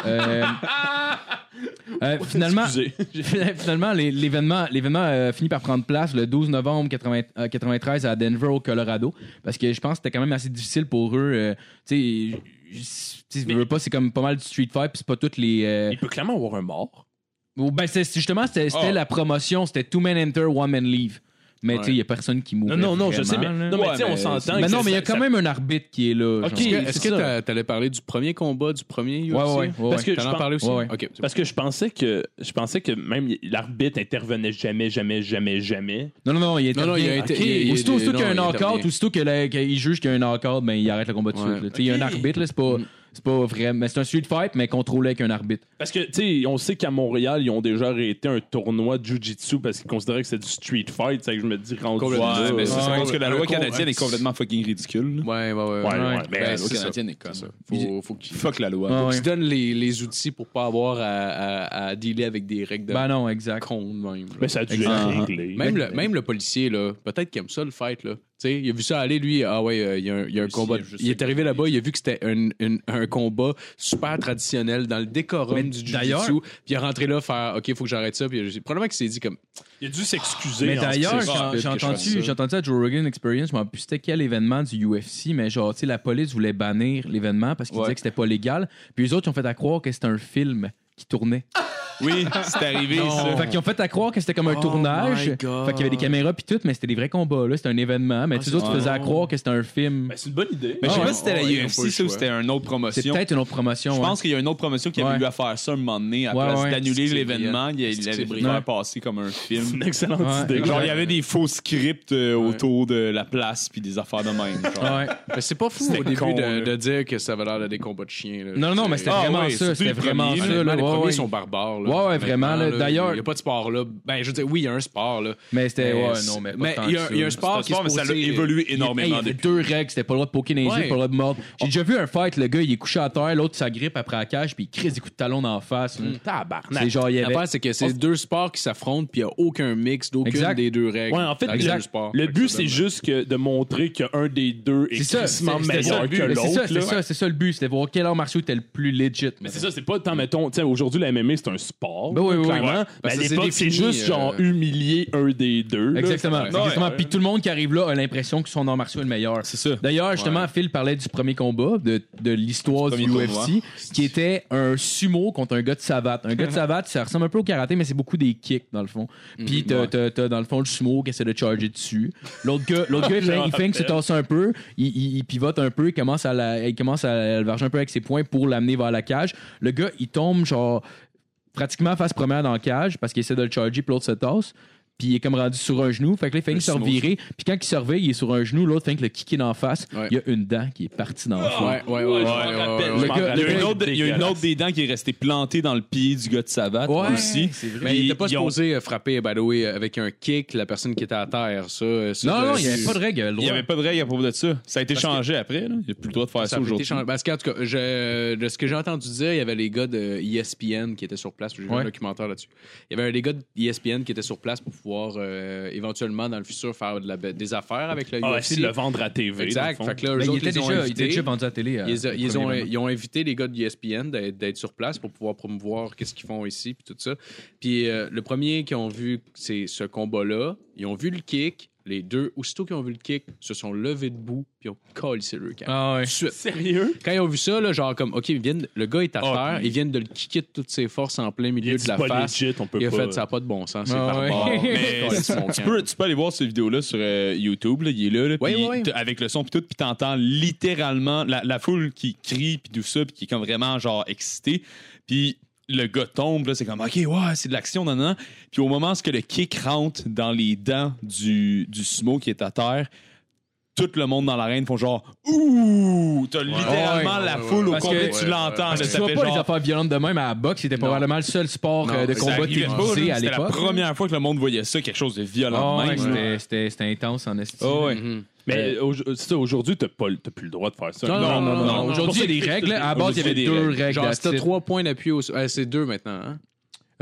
Speaker 4: Euh, euh, finalement,
Speaker 2: Excusez.
Speaker 4: finalement les- l'événement l'événement euh, finit par prendre place le 12 novembre 80 euh, 93 à Denver, au Colorado. Parce que je pense que c'était quand même assez difficile pour eux. euh, tu sais, je- je veux pas, c'est comme pas mal du street fight, puis c'est pas toutes les. euh,
Speaker 2: Il peut clairement avoir un mort.
Speaker 4: Oh, Ben, c'est c'est justement, c'était c'était
Speaker 5: Ah.
Speaker 4: la promotion, c'était two men enter, one man leave. Mais tu sais, il y a personne qui mourait.
Speaker 2: Non, non, non, je sais, mais,
Speaker 4: vraiment, là.
Speaker 2: non, mais tu sais, on s'entend.
Speaker 4: Mais
Speaker 2: que
Speaker 4: non,
Speaker 2: ça-
Speaker 4: mais il y a
Speaker 2: ça-
Speaker 4: quand même un arbitre qui est là.
Speaker 2: Ok,
Speaker 4: genre.
Speaker 2: c'est
Speaker 3: Est-ce que
Speaker 2: ça.
Speaker 3: t'a- t'allais parler du premier combat du premier UFC?
Speaker 4: Ouais, ouais, ouais,
Speaker 2: Parce
Speaker 4: ouais.
Speaker 2: que je
Speaker 3: T'en as
Speaker 2: pense-
Speaker 3: parlé aussi?
Speaker 4: ouais, ouais.
Speaker 3: Ok. c'est bon.
Speaker 2: Parce que je pensais que je pensais que même y- l'arbitre intervenait jamais, jamais, jamais, jamais.
Speaker 4: Non, non, non, il est
Speaker 3: Non, non, il a
Speaker 4: terminé.
Speaker 3: été- il a- il a-
Speaker 4: Aussitôt, aussitôt
Speaker 3: non,
Speaker 4: qu'il y a un
Speaker 3: il a
Speaker 4: knockout,
Speaker 3: terminé.
Speaker 4: aussitôt que le- qu'il juge qu'il y a un knockout, ben, il arrête le combat tout de
Speaker 3: Ouais. Mm.
Speaker 4: suite. là. Tu sais, Il y a un arbitre, là, c'est pas. c'est pas vrai. Mais c'est un street fight, mais contrôlé avec un arbitre.
Speaker 2: Parce que, tu sais, on sait qu'à Montréal, ils ont déjà arrêté un tournoi de jujitsu parce qu'ils considéraient que c'était du street fight. C'est que je me dis, rendu
Speaker 5: Complètement.
Speaker 2: là,
Speaker 5: mais
Speaker 2: euh,
Speaker 5: ça,
Speaker 4: Ah,
Speaker 5: c'est parce que la
Speaker 3: un
Speaker 5: loi
Speaker 3: con-
Speaker 5: canadienne
Speaker 3: un-
Speaker 5: est complètement fucking ridicule.
Speaker 3: Ouais, ouais, ouais.
Speaker 2: Ouais, ouais,
Speaker 5: Mais la
Speaker 3: Ben,
Speaker 5: loi
Speaker 3: c'est ça.
Speaker 5: canadienne est comme ça. Faut, faut qu'il fuck la
Speaker 4: Ouais,
Speaker 5: loi.
Speaker 4: Ah, ouais.
Speaker 3: Ils se donnent les, les outils pour pas avoir à, à, à dealer avec des règles de
Speaker 4: Ben non, exact. Ben,
Speaker 3: con de même. là.
Speaker 2: mais ça a dû être
Speaker 5: Exactement.
Speaker 2: réglé.
Speaker 3: Même le, même le policier, là, peut-être qu'il aime ça le fight. Là. Tu sais, Il a vu ça aller, lui. Ah ouais, euh, il y a un, il y a un combat.
Speaker 5: je sais
Speaker 3: Il est arrivé là-bas, il a vu que c'était un, un- un combat super traditionnel dans le décorum du
Speaker 7: d'ailleurs-
Speaker 3: jiu-jitsu. Puis il est rentré là, faire OK, faut que j'arrête ça. Puis j'ai- probablement qu'il s'est dit comme
Speaker 2: Il a dû s'excuser.
Speaker 4: Mais
Speaker 2: en
Speaker 4: d'ailleurs,
Speaker 2: disant,
Speaker 4: quand-
Speaker 5: stupide
Speaker 4: j'ai
Speaker 5: que je fasse
Speaker 4: entendu,
Speaker 5: ça.
Speaker 4: j'ai entendu à Joe Rogan Experience, je m'en plus c'était quel événement du UFC, mais genre, tu sais, la police voulait bannir l'événement parce qu'ils
Speaker 5: Ouais.
Speaker 4: disaient que c'était pas légal. Puis les autres, ils ont fait à croire que c'était un film qui tournait.
Speaker 5: Oui, c'est arrivé, ça.
Speaker 4: Fait qu'ils ont fait à croire que c'était comme un
Speaker 3: Oh
Speaker 4: tournage.
Speaker 3: my
Speaker 4: Fait qu'il
Speaker 3: God.
Speaker 4: y avait des caméras puis tout, mais c'était des vrais combats, là. C'était un événement. Mais tu les autres, tu faisais à croire que c'était un film.
Speaker 2: Ben, c'est une bonne idée.
Speaker 5: Ah, Mais je sais
Speaker 4: Ah,
Speaker 5: pas si c'était la
Speaker 3: ouais, ils ont pas
Speaker 5: UFC,
Speaker 3: le
Speaker 5: ça, ou
Speaker 3: choix.
Speaker 5: c'était une autre
Speaker 4: C'est
Speaker 5: promotion.
Speaker 4: peut-être une autre promotion. hein.
Speaker 5: Je
Speaker 4: ouais.
Speaker 5: pense qu'il y a une autre promotion qui
Speaker 4: Ouais.
Speaker 5: avait eu à faire ça un moment donné. À la
Speaker 4: Ouais,
Speaker 5: place
Speaker 4: ouais.
Speaker 5: d'annuler
Speaker 3: C'est
Speaker 5: l'événement, il
Speaker 3: C'est
Speaker 5: avait
Speaker 3: brillant.
Speaker 5: faire passer comme un
Speaker 2: C'est
Speaker 5: film.
Speaker 2: une excellente
Speaker 4: Ouais.
Speaker 2: idée.
Speaker 5: Genre, il y avait des faux scripts euh, autour de la place puis des affaires de même. genre.
Speaker 4: Ouais.
Speaker 3: Mais c'est pas fou
Speaker 2: C'était
Speaker 3: au début
Speaker 2: con,
Speaker 3: de,
Speaker 2: là.
Speaker 3: de dire que ça avait l'air de des combats de chiens. là.
Speaker 4: Non, non, mais c'était
Speaker 3: Ah,
Speaker 4: vraiment
Speaker 3: ouais,
Speaker 4: ça. C'était
Speaker 5: surtout le
Speaker 4: vraiment
Speaker 5: premier,
Speaker 4: ça.
Speaker 3: Honnêtement,
Speaker 4: là,
Speaker 3: les
Speaker 4: ouais,
Speaker 3: premiers
Speaker 4: ouais.
Speaker 3: sont barbares. Là,
Speaker 4: Ouais, ouais, vraiment, là. D'ailleurs-
Speaker 3: Il n'y a pas de sport là. Ben, je veux dire, oui, il y a un sport là.
Speaker 4: Mais c'était. Ouais,
Speaker 3: c'est-
Speaker 4: non, mais pas tant
Speaker 3: il y, a-
Speaker 4: que
Speaker 3: il y a un
Speaker 4: ça.
Speaker 3: sport qui
Speaker 5: C'est un sport, mais ça l'a évolué
Speaker 4: Hey, il y
Speaker 5: énormément.
Speaker 4: avait
Speaker 5: depuis.
Speaker 4: deux règles, c'était pas le droit de poker dans les
Speaker 3: Ouais.
Speaker 4: yeux, pas le droit de mordre. J'ai déjà vu un fight, le gars il est couché à terre, l'autre s'agrippe après la cage, puis il crise des coups de talon dans la face. là.
Speaker 2: Tabarnak.
Speaker 4: C'est genre, il y avait.
Speaker 3: L'affaire, c'est que c'est deux sports qui s'affrontent, puis il n'y a aucun mix d'aucune
Speaker 4: Exact.
Speaker 3: des deux règles.
Speaker 2: Ouais, en fait,
Speaker 3: Dans
Speaker 2: le,
Speaker 3: deux sports.
Speaker 2: le
Speaker 3: Fait que
Speaker 2: but,
Speaker 3: ça
Speaker 2: c'est
Speaker 3: donne-
Speaker 2: juste que de montrer qu'un des deux est
Speaker 4: C'est ça, c'est
Speaker 2: crissement
Speaker 4: c'était ça
Speaker 2: meilleur
Speaker 4: le but.
Speaker 2: que
Speaker 4: Mais c'est ça,
Speaker 2: l'autre.
Speaker 4: c'est
Speaker 2: là.
Speaker 4: ça, c'est ça le but, c'était de voir quel art martial était le plus legit.
Speaker 2: Mais c'est ça, c'est pas tant, mettons, tu sais, aujourd'hui, la MMA, c'est un sport,
Speaker 4: Ben oui, oui,
Speaker 2: clairement.
Speaker 4: oui.
Speaker 2: Mais
Speaker 3: Parce
Speaker 2: à
Speaker 3: que c'est
Speaker 2: l'époque, c'est
Speaker 3: défini,
Speaker 2: juste,
Speaker 3: euh,
Speaker 2: genre, humilier un des deux. là.
Speaker 4: Exactement.
Speaker 5: Ouais.
Speaker 4: Exactement. Puis tout le monde qui arrive là a l'impression que son art martial est le meilleur.
Speaker 5: C'est ça.
Speaker 4: D'ailleurs, justement, Phil parlait du premier combat de, de l'histoire
Speaker 5: Du
Speaker 4: du,
Speaker 5: premier
Speaker 4: UFC,
Speaker 5: tournoi.
Speaker 4: qui était un sumo contre un gars de savate. Un gars de savate, ça ressemble un peu au karaté, mais c'est beaucoup des kicks, dans le fond. Puis t'as, t'as- t'as, dans le fond, le sumo qui essaie de charger dessus. L'autre gars, l'autre gars il, fait- il fait que se tasse un peu, il, il- il pivote un peu, il commence à la, il commence à le varger un peu avec ses poings pour l'amener vers la cage. Le gars, il tombe, genre, pratiquement face première dans la cage parce qu'il essaie de le charger puis l'autre se tasse. Puis il est comme rendu sur un genou. Fait que là, il fait se
Speaker 5: sumo,
Speaker 4: revirer. Puis quand il se revire, il est sur un genou. L'autre fait que le kicker d'en face.
Speaker 3: Ouais.
Speaker 4: Il y a une dent qui est partie dans le fond.
Speaker 3: Ouais, ouais, ouais. ouais, ouais, ouais, ouais.
Speaker 4: Le gars-
Speaker 5: Il y a
Speaker 4: le
Speaker 5: une
Speaker 4: gars,
Speaker 5: autre, il y a une autre des dents qui est restée plantée dans le pied du gars de savate
Speaker 3: Ouais,
Speaker 5: aussi.
Speaker 3: Mais il
Speaker 5: Puis
Speaker 3: n'était pas
Speaker 5: ils ont-
Speaker 3: supposé euh, frapper, by the way, euh, avec un kick, la personne qui était à terre. Ça, euh, ça,
Speaker 4: Non,
Speaker 3: je-
Speaker 4: non, il n'y avait pas de règle. Ben, il y a le
Speaker 5: Il n'y
Speaker 4: droit.
Speaker 5: avait pas de règle à propos de ça. Ça a été
Speaker 3: Parce
Speaker 5: changé après. là. Il n'y a plus le droit de faire ça,
Speaker 3: Ça a été
Speaker 5: aujourd'hui.
Speaker 2: Ben,
Speaker 3: changé. Parce qu'en tout cas, je- de ce que j'ai entendu dire, il y avait les gars de E ESPN qui étaient sur place. J'ai vu
Speaker 4: Ouais.
Speaker 3: un documentaire là-dessus. Il y avait les gars de E ESPN qui étaient sur place pour pouvoir euh, éventuellement, dans le futur, faire de la- des affaires avec le
Speaker 2: Ah,
Speaker 3: UFC.
Speaker 2: essayer de le vendre à TV.
Speaker 3: Exact.
Speaker 2: Exact.
Speaker 3: Fait que là, eux
Speaker 4: Mais Ben, il
Speaker 3: autres,
Speaker 4: était
Speaker 3: ils ont
Speaker 4: déjà, il était
Speaker 3: invité-
Speaker 4: déjà vendu à la télé. euh,
Speaker 3: Ils,
Speaker 4: le
Speaker 3: ils
Speaker 4: premier
Speaker 3: ont,
Speaker 4: moment.
Speaker 3: ils ont invité les gars de E ESPN d'être d'être sur place pour pouvoir promouvoir qu'est-ce qu'ils font ici puis tout ça. Puis euh, le premier qui ont vu c'est ce combat-là, ils ont vu le kick. Les deux, aussitôt qu'ils ont vu le kick, se sont levés debout puis ont collé le camp.
Speaker 4: Ah ouais.
Speaker 2: Sérieux?
Speaker 3: Quand ils ont vu ça, là, genre comme, OK, ils viennent, le gars est à
Speaker 5: Ah,
Speaker 3: terre,
Speaker 5: puis-
Speaker 3: ils viennent de le kicker de toutes ses forces en plein
Speaker 2: Il
Speaker 3: milieu
Speaker 2: est
Speaker 3: de la
Speaker 2: pas
Speaker 3: face.
Speaker 2: legit, on peut
Speaker 3: Il a
Speaker 2: pas.
Speaker 3: fait, ça n'a pas de bon sens, c'est
Speaker 4: Ah, ouais.
Speaker 3: barbare.
Speaker 5: Mais
Speaker 3: Collé son
Speaker 5: tu
Speaker 3: camp.
Speaker 5: peux, tu peux aller voir cette vidéo-là sur euh, YouTube. là. Il est là, là,
Speaker 3: Ouais,
Speaker 5: puis
Speaker 3: ouais, ouais.
Speaker 5: t- avec le son puis tout, puis t'entends littéralement la, la foule qui crie puis tout ça, puis qui est comme vraiment genre excitée. Puis le gars tombe, là, c'est comme ok, ouais, c'est de l'action, non, non. non. Puis au moment où le kick rentre dans les dents du, du sumo qui est à terre, tout le monde dans l'arène font genre ouh, t'as littéralement
Speaker 3: Ouais,
Speaker 5: la
Speaker 3: ouais,
Speaker 5: foule
Speaker 3: ouais,
Speaker 5: au
Speaker 3: ouais.
Speaker 5: complet,
Speaker 3: Parce que-
Speaker 5: tu l'entends. là,
Speaker 4: Parce que
Speaker 5: ça
Speaker 4: tu vois
Speaker 5: fait
Speaker 4: pas
Speaker 5: genre-
Speaker 4: les affaires violentes de même à la boxe, c'était
Speaker 3: Non.
Speaker 4: probablement le seul sport
Speaker 3: Non,
Speaker 4: euh, de
Speaker 3: ça
Speaker 4: combat
Speaker 5: arrivait pas,
Speaker 4: télévisé
Speaker 5: là.
Speaker 4: à
Speaker 5: C'était la
Speaker 4: l'époque.
Speaker 5: première fois que le monde voyait ça, quelque chose de violent.
Speaker 4: Ah
Speaker 5: de même,
Speaker 4: ouais,
Speaker 5: là.
Speaker 4: c'était- c'était- C'était intense en estime.
Speaker 5: Ah ouais.
Speaker 3: Mhm.
Speaker 2: Mais au- c'est ça, aujourd'hui, t'as pas le- t'as plus le droit de faire ça.
Speaker 3: Non, non, non, non, non.
Speaker 4: Aujourd'hui, il y a des règles. À la base, il y avait
Speaker 5: Aujourd'hui,
Speaker 4: deux
Speaker 5: il
Speaker 4: règles.
Speaker 3: Genre,
Speaker 4: that's
Speaker 3: c'était
Speaker 4: it.
Speaker 3: trois points d'appui au. euh, c'est deux maintenant, hein?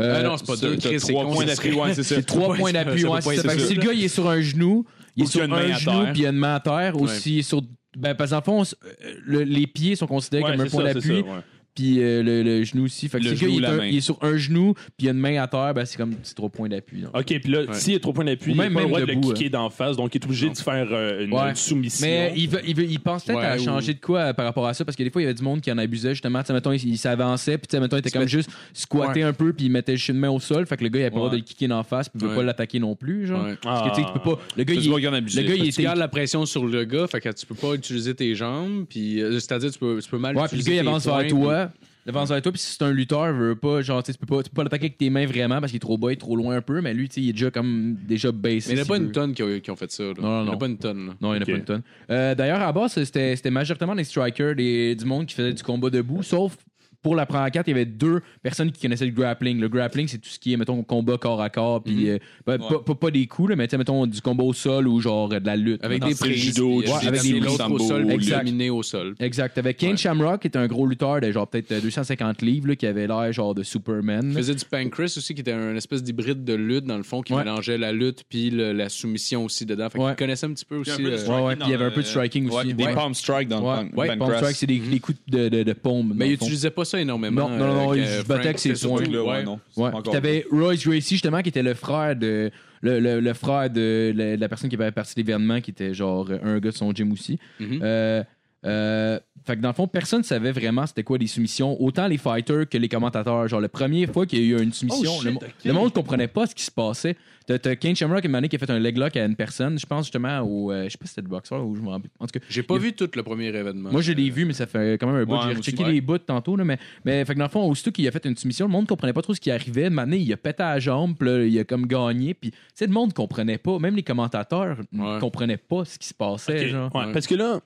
Speaker 4: Euh,
Speaker 3: Ah non, c'est pas
Speaker 5: Ça,
Speaker 3: deux.
Speaker 5: t'as
Speaker 3: Chris, c'est
Speaker 5: trois
Speaker 3: con,
Speaker 5: points
Speaker 3: ça
Speaker 5: d'appui,
Speaker 3: serait-
Speaker 5: ouais, c'est ça.
Speaker 4: C'est trois
Speaker 3: Ouais,
Speaker 4: points
Speaker 3: ça-
Speaker 4: d'appui.
Speaker 3: ça peut
Speaker 4: ouais,
Speaker 3: pas
Speaker 4: c'est
Speaker 3: être
Speaker 4: ça. Fait que
Speaker 3: ça.
Speaker 4: si le gars il est sur un genou, il
Speaker 5: Ou qu'il y
Speaker 4: est sur
Speaker 5: a une main
Speaker 4: un
Speaker 5: à
Speaker 4: genou
Speaker 5: terre.
Speaker 4: puis il y a une main à terre
Speaker 3: Ouais.
Speaker 4: aussi. il est Sur, ben, parce qu'en fond, on s- euh, le- les pieds sont considérés
Speaker 2: Ouais,
Speaker 4: comme un
Speaker 2: c'est
Speaker 4: point
Speaker 2: ça, c'est
Speaker 4: d'appui,
Speaker 2: ça, ouais.
Speaker 4: puis euh, le, le genou aussi. Fait que
Speaker 5: Le
Speaker 4: si le gars
Speaker 5: genou,
Speaker 4: il est,
Speaker 5: la
Speaker 4: un-
Speaker 5: main.
Speaker 4: il est sur un genou puis il y a une main à terre, ben, c'est comme c'est trois points d'appui. donc.
Speaker 2: Ok, puis là, s'il y a trop point d'appui,
Speaker 4: Ou
Speaker 2: il a
Speaker 4: même-
Speaker 2: pas le
Speaker 4: même
Speaker 2: droit de
Speaker 4: debout,
Speaker 2: le kicker d'en face, donc il est obligé de faire euh, une,
Speaker 4: Ouais.
Speaker 2: une soumission.
Speaker 4: Mais il, veut- il, veut- il pense peut-être
Speaker 3: Ouais,
Speaker 4: à
Speaker 3: ou-
Speaker 4: changer de quoi euh, par rapport à ça, parce que des fois, il y avait du monde qui en abusait, justement. Tu sais, mettons, il, il s'avançait, puis tu sais, mettons, il était comme juste squatté un peu, puis il mettait juste une main au sol, fait que le gars, il a pas le droit de le kicker en face, puis il veut
Speaker 3: Ouais.
Speaker 4: pas l'attaquer non plus, genre.
Speaker 3: Ouais.
Speaker 4: Parce que, tu sais, tu peux pas. Le gars,
Speaker 5: Ça se
Speaker 4: il,
Speaker 5: voit qu'il en abusait.
Speaker 4: le gars, il
Speaker 3: tu
Speaker 4: était.
Speaker 3: gardes la pression sur le gars, fait que tu peux pas utiliser tes jambes, puis euh, c'est-à-dire tu peux, tu peux mal
Speaker 4: Ouais, puis le
Speaker 3: utiliser
Speaker 4: gars, il
Speaker 3: tes
Speaker 4: avance vers
Speaker 3: poings,
Speaker 4: toi. devant toi. Puis si c'est un lutteur, veut pas, genre, tu sais, tu peux pas, tu peux pas l'attaquer avec tes mains vraiment parce qu'il est trop bas, il est trop loin un peu. Mais lui, tu sais, il est déjà comme déjà baissé.
Speaker 3: Mais il n'y en a
Speaker 4: s'il
Speaker 3: pas
Speaker 4: veut.
Speaker 3: une tonne qui ont, qui ont fait ça. là.
Speaker 4: Non, non,
Speaker 3: Il y en
Speaker 4: non.
Speaker 3: a pas une tonne. là.
Speaker 4: Non, il n'y en a
Speaker 2: Ok.
Speaker 4: pas une tonne. Euh, D'ailleurs, à base, c'était c'était majoritairement des strikers, des, du monde qui faisait du combat debout, sauf pour la première carte, il y avait deux personnes qui connaissaient le grappling. Le grappling, c'est tout ce qui est, mettons, combat corps à corps, puis euh, ben, pas, pas- pas des coups, là, mais tu sais, mettons, du combat au sol ou genre euh, de la lutte.
Speaker 3: Avec
Speaker 4: Mettons,
Speaker 3: des
Speaker 5: c'est le
Speaker 3: prises.
Speaker 5: judo,
Speaker 3: puis,
Speaker 5: du
Speaker 3: euh,
Speaker 4: judo,
Speaker 3: avec
Speaker 4: du
Speaker 3: des l'autre au
Speaker 5: sambo,
Speaker 3: sol, puis
Speaker 4: exact.
Speaker 3: dominé au sol.
Speaker 4: Exact. Avec Ken Shamrock, qui était un gros lutteur de genre peut-être euh, 250 livres, là, qui avait l'air genre de Superman.
Speaker 3: Il faisait du pancras aussi, qui était un espèce d'hybride de lutte, dans le fond, qui
Speaker 4: Ouais.
Speaker 3: mélangeait la lutte puis le- la soumission aussi dedans. Fait
Speaker 4: Ouais.
Speaker 3: qu'il connaissait un petit peu aussi.
Speaker 5: un peu de
Speaker 3: euh,
Speaker 5: striking
Speaker 4: ouais, ouais, puis il y
Speaker 5: dans
Speaker 4: avait un peu de
Speaker 5: le-
Speaker 4: striking aussi.
Speaker 5: Ouais, Des
Speaker 4: Ouais.
Speaker 5: palm strike dans le
Speaker 4: Ouais,
Speaker 5: Ben, pan-
Speaker 4: ouais,
Speaker 5: pancras.
Speaker 4: palm strike, c'est des, des coups de, de, de paume. dans
Speaker 3: Mais il
Speaker 4: le fond.
Speaker 3: n'utilisait pas ça énormément.
Speaker 4: Non, non, non, non,
Speaker 3: euh,
Speaker 4: il
Speaker 3: quand
Speaker 4: se battait
Speaker 3: Frank
Speaker 4: avec ses
Speaker 3: était
Speaker 4: poings.
Speaker 3: surtout-
Speaker 5: Là, ouais,
Speaker 3: ouais.
Speaker 5: non. c'est
Speaker 4: Ouais.
Speaker 5: pas
Speaker 4: Puis
Speaker 5: encore-
Speaker 4: t'avais Royce Gracie, justement, qui était le frère de. Le, le- le frère de la, de la personne qui avait parti l'événement, qui était genre euh, un gars de son gym aussi.
Speaker 3: Mhm.
Speaker 4: Euh, euh, fait que dans le fond, personne ne savait vraiment c'était quoi les soumissions, autant les fighters que les commentateurs. Genre, la première fois qu'il y a eu une soumission,
Speaker 2: Oh shit,
Speaker 4: le, mo-
Speaker 2: ok.
Speaker 4: le monde ne comprenait pas ce qui se passait. T'as t'as Kane Shamrock, une année, qui a fait un leg lock à une personne, je pense justement au. euh, je sais pas si c'était le boxeur ou je m'en rappelle. En tout cas,
Speaker 3: J'ai pas
Speaker 4: Il-
Speaker 3: vu tout le premier événement.
Speaker 4: moi, je l'ai vu, mais ça fait quand même un bout.
Speaker 5: Ouais,
Speaker 4: J'ai
Speaker 5: moi aussi,
Speaker 4: rechecké
Speaker 5: ouais.
Speaker 4: les bouts tantôt. Là, mais, mais fait que dans le fond, aussitôt qu'il a fait une soumission, le monde comprenait pas trop ce qui arrivait. Mané, il a pété à la jambe, puis là, il a comme gagné. Puis, tu sais, le monde comprenait pas. Même les commentateurs ne
Speaker 3: Ouais.
Speaker 4: comprenaient pas ce qui se passait.
Speaker 2: Ok,
Speaker 4: genre.
Speaker 2: ouais, Parce que là,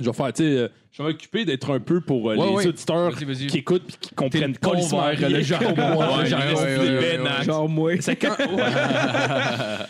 Speaker 2: je vais faire, tu sais, euh, je vais m'occuper d'être un peu pour euh,
Speaker 4: Ouais,
Speaker 2: les
Speaker 4: ouais.
Speaker 2: auditeurs
Speaker 4: Vas-y, vas-y.
Speaker 2: qui écoutent et qui comprennent
Speaker 4: le con
Speaker 2: colissement
Speaker 4: vers
Speaker 2: rien.
Speaker 4: le Japon. Ouais,
Speaker 2: Ouais,
Speaker 4: genre,
Speaker 2: reste
Speaker 3: ouais,
Speaker 2: des
Speaker 3: ouais,
Speaker 2: Ben
Speaker 3: ouais,
Speaker 2: Act.
Speaker 8: Genre moi.
Speaker 2: C'est quand-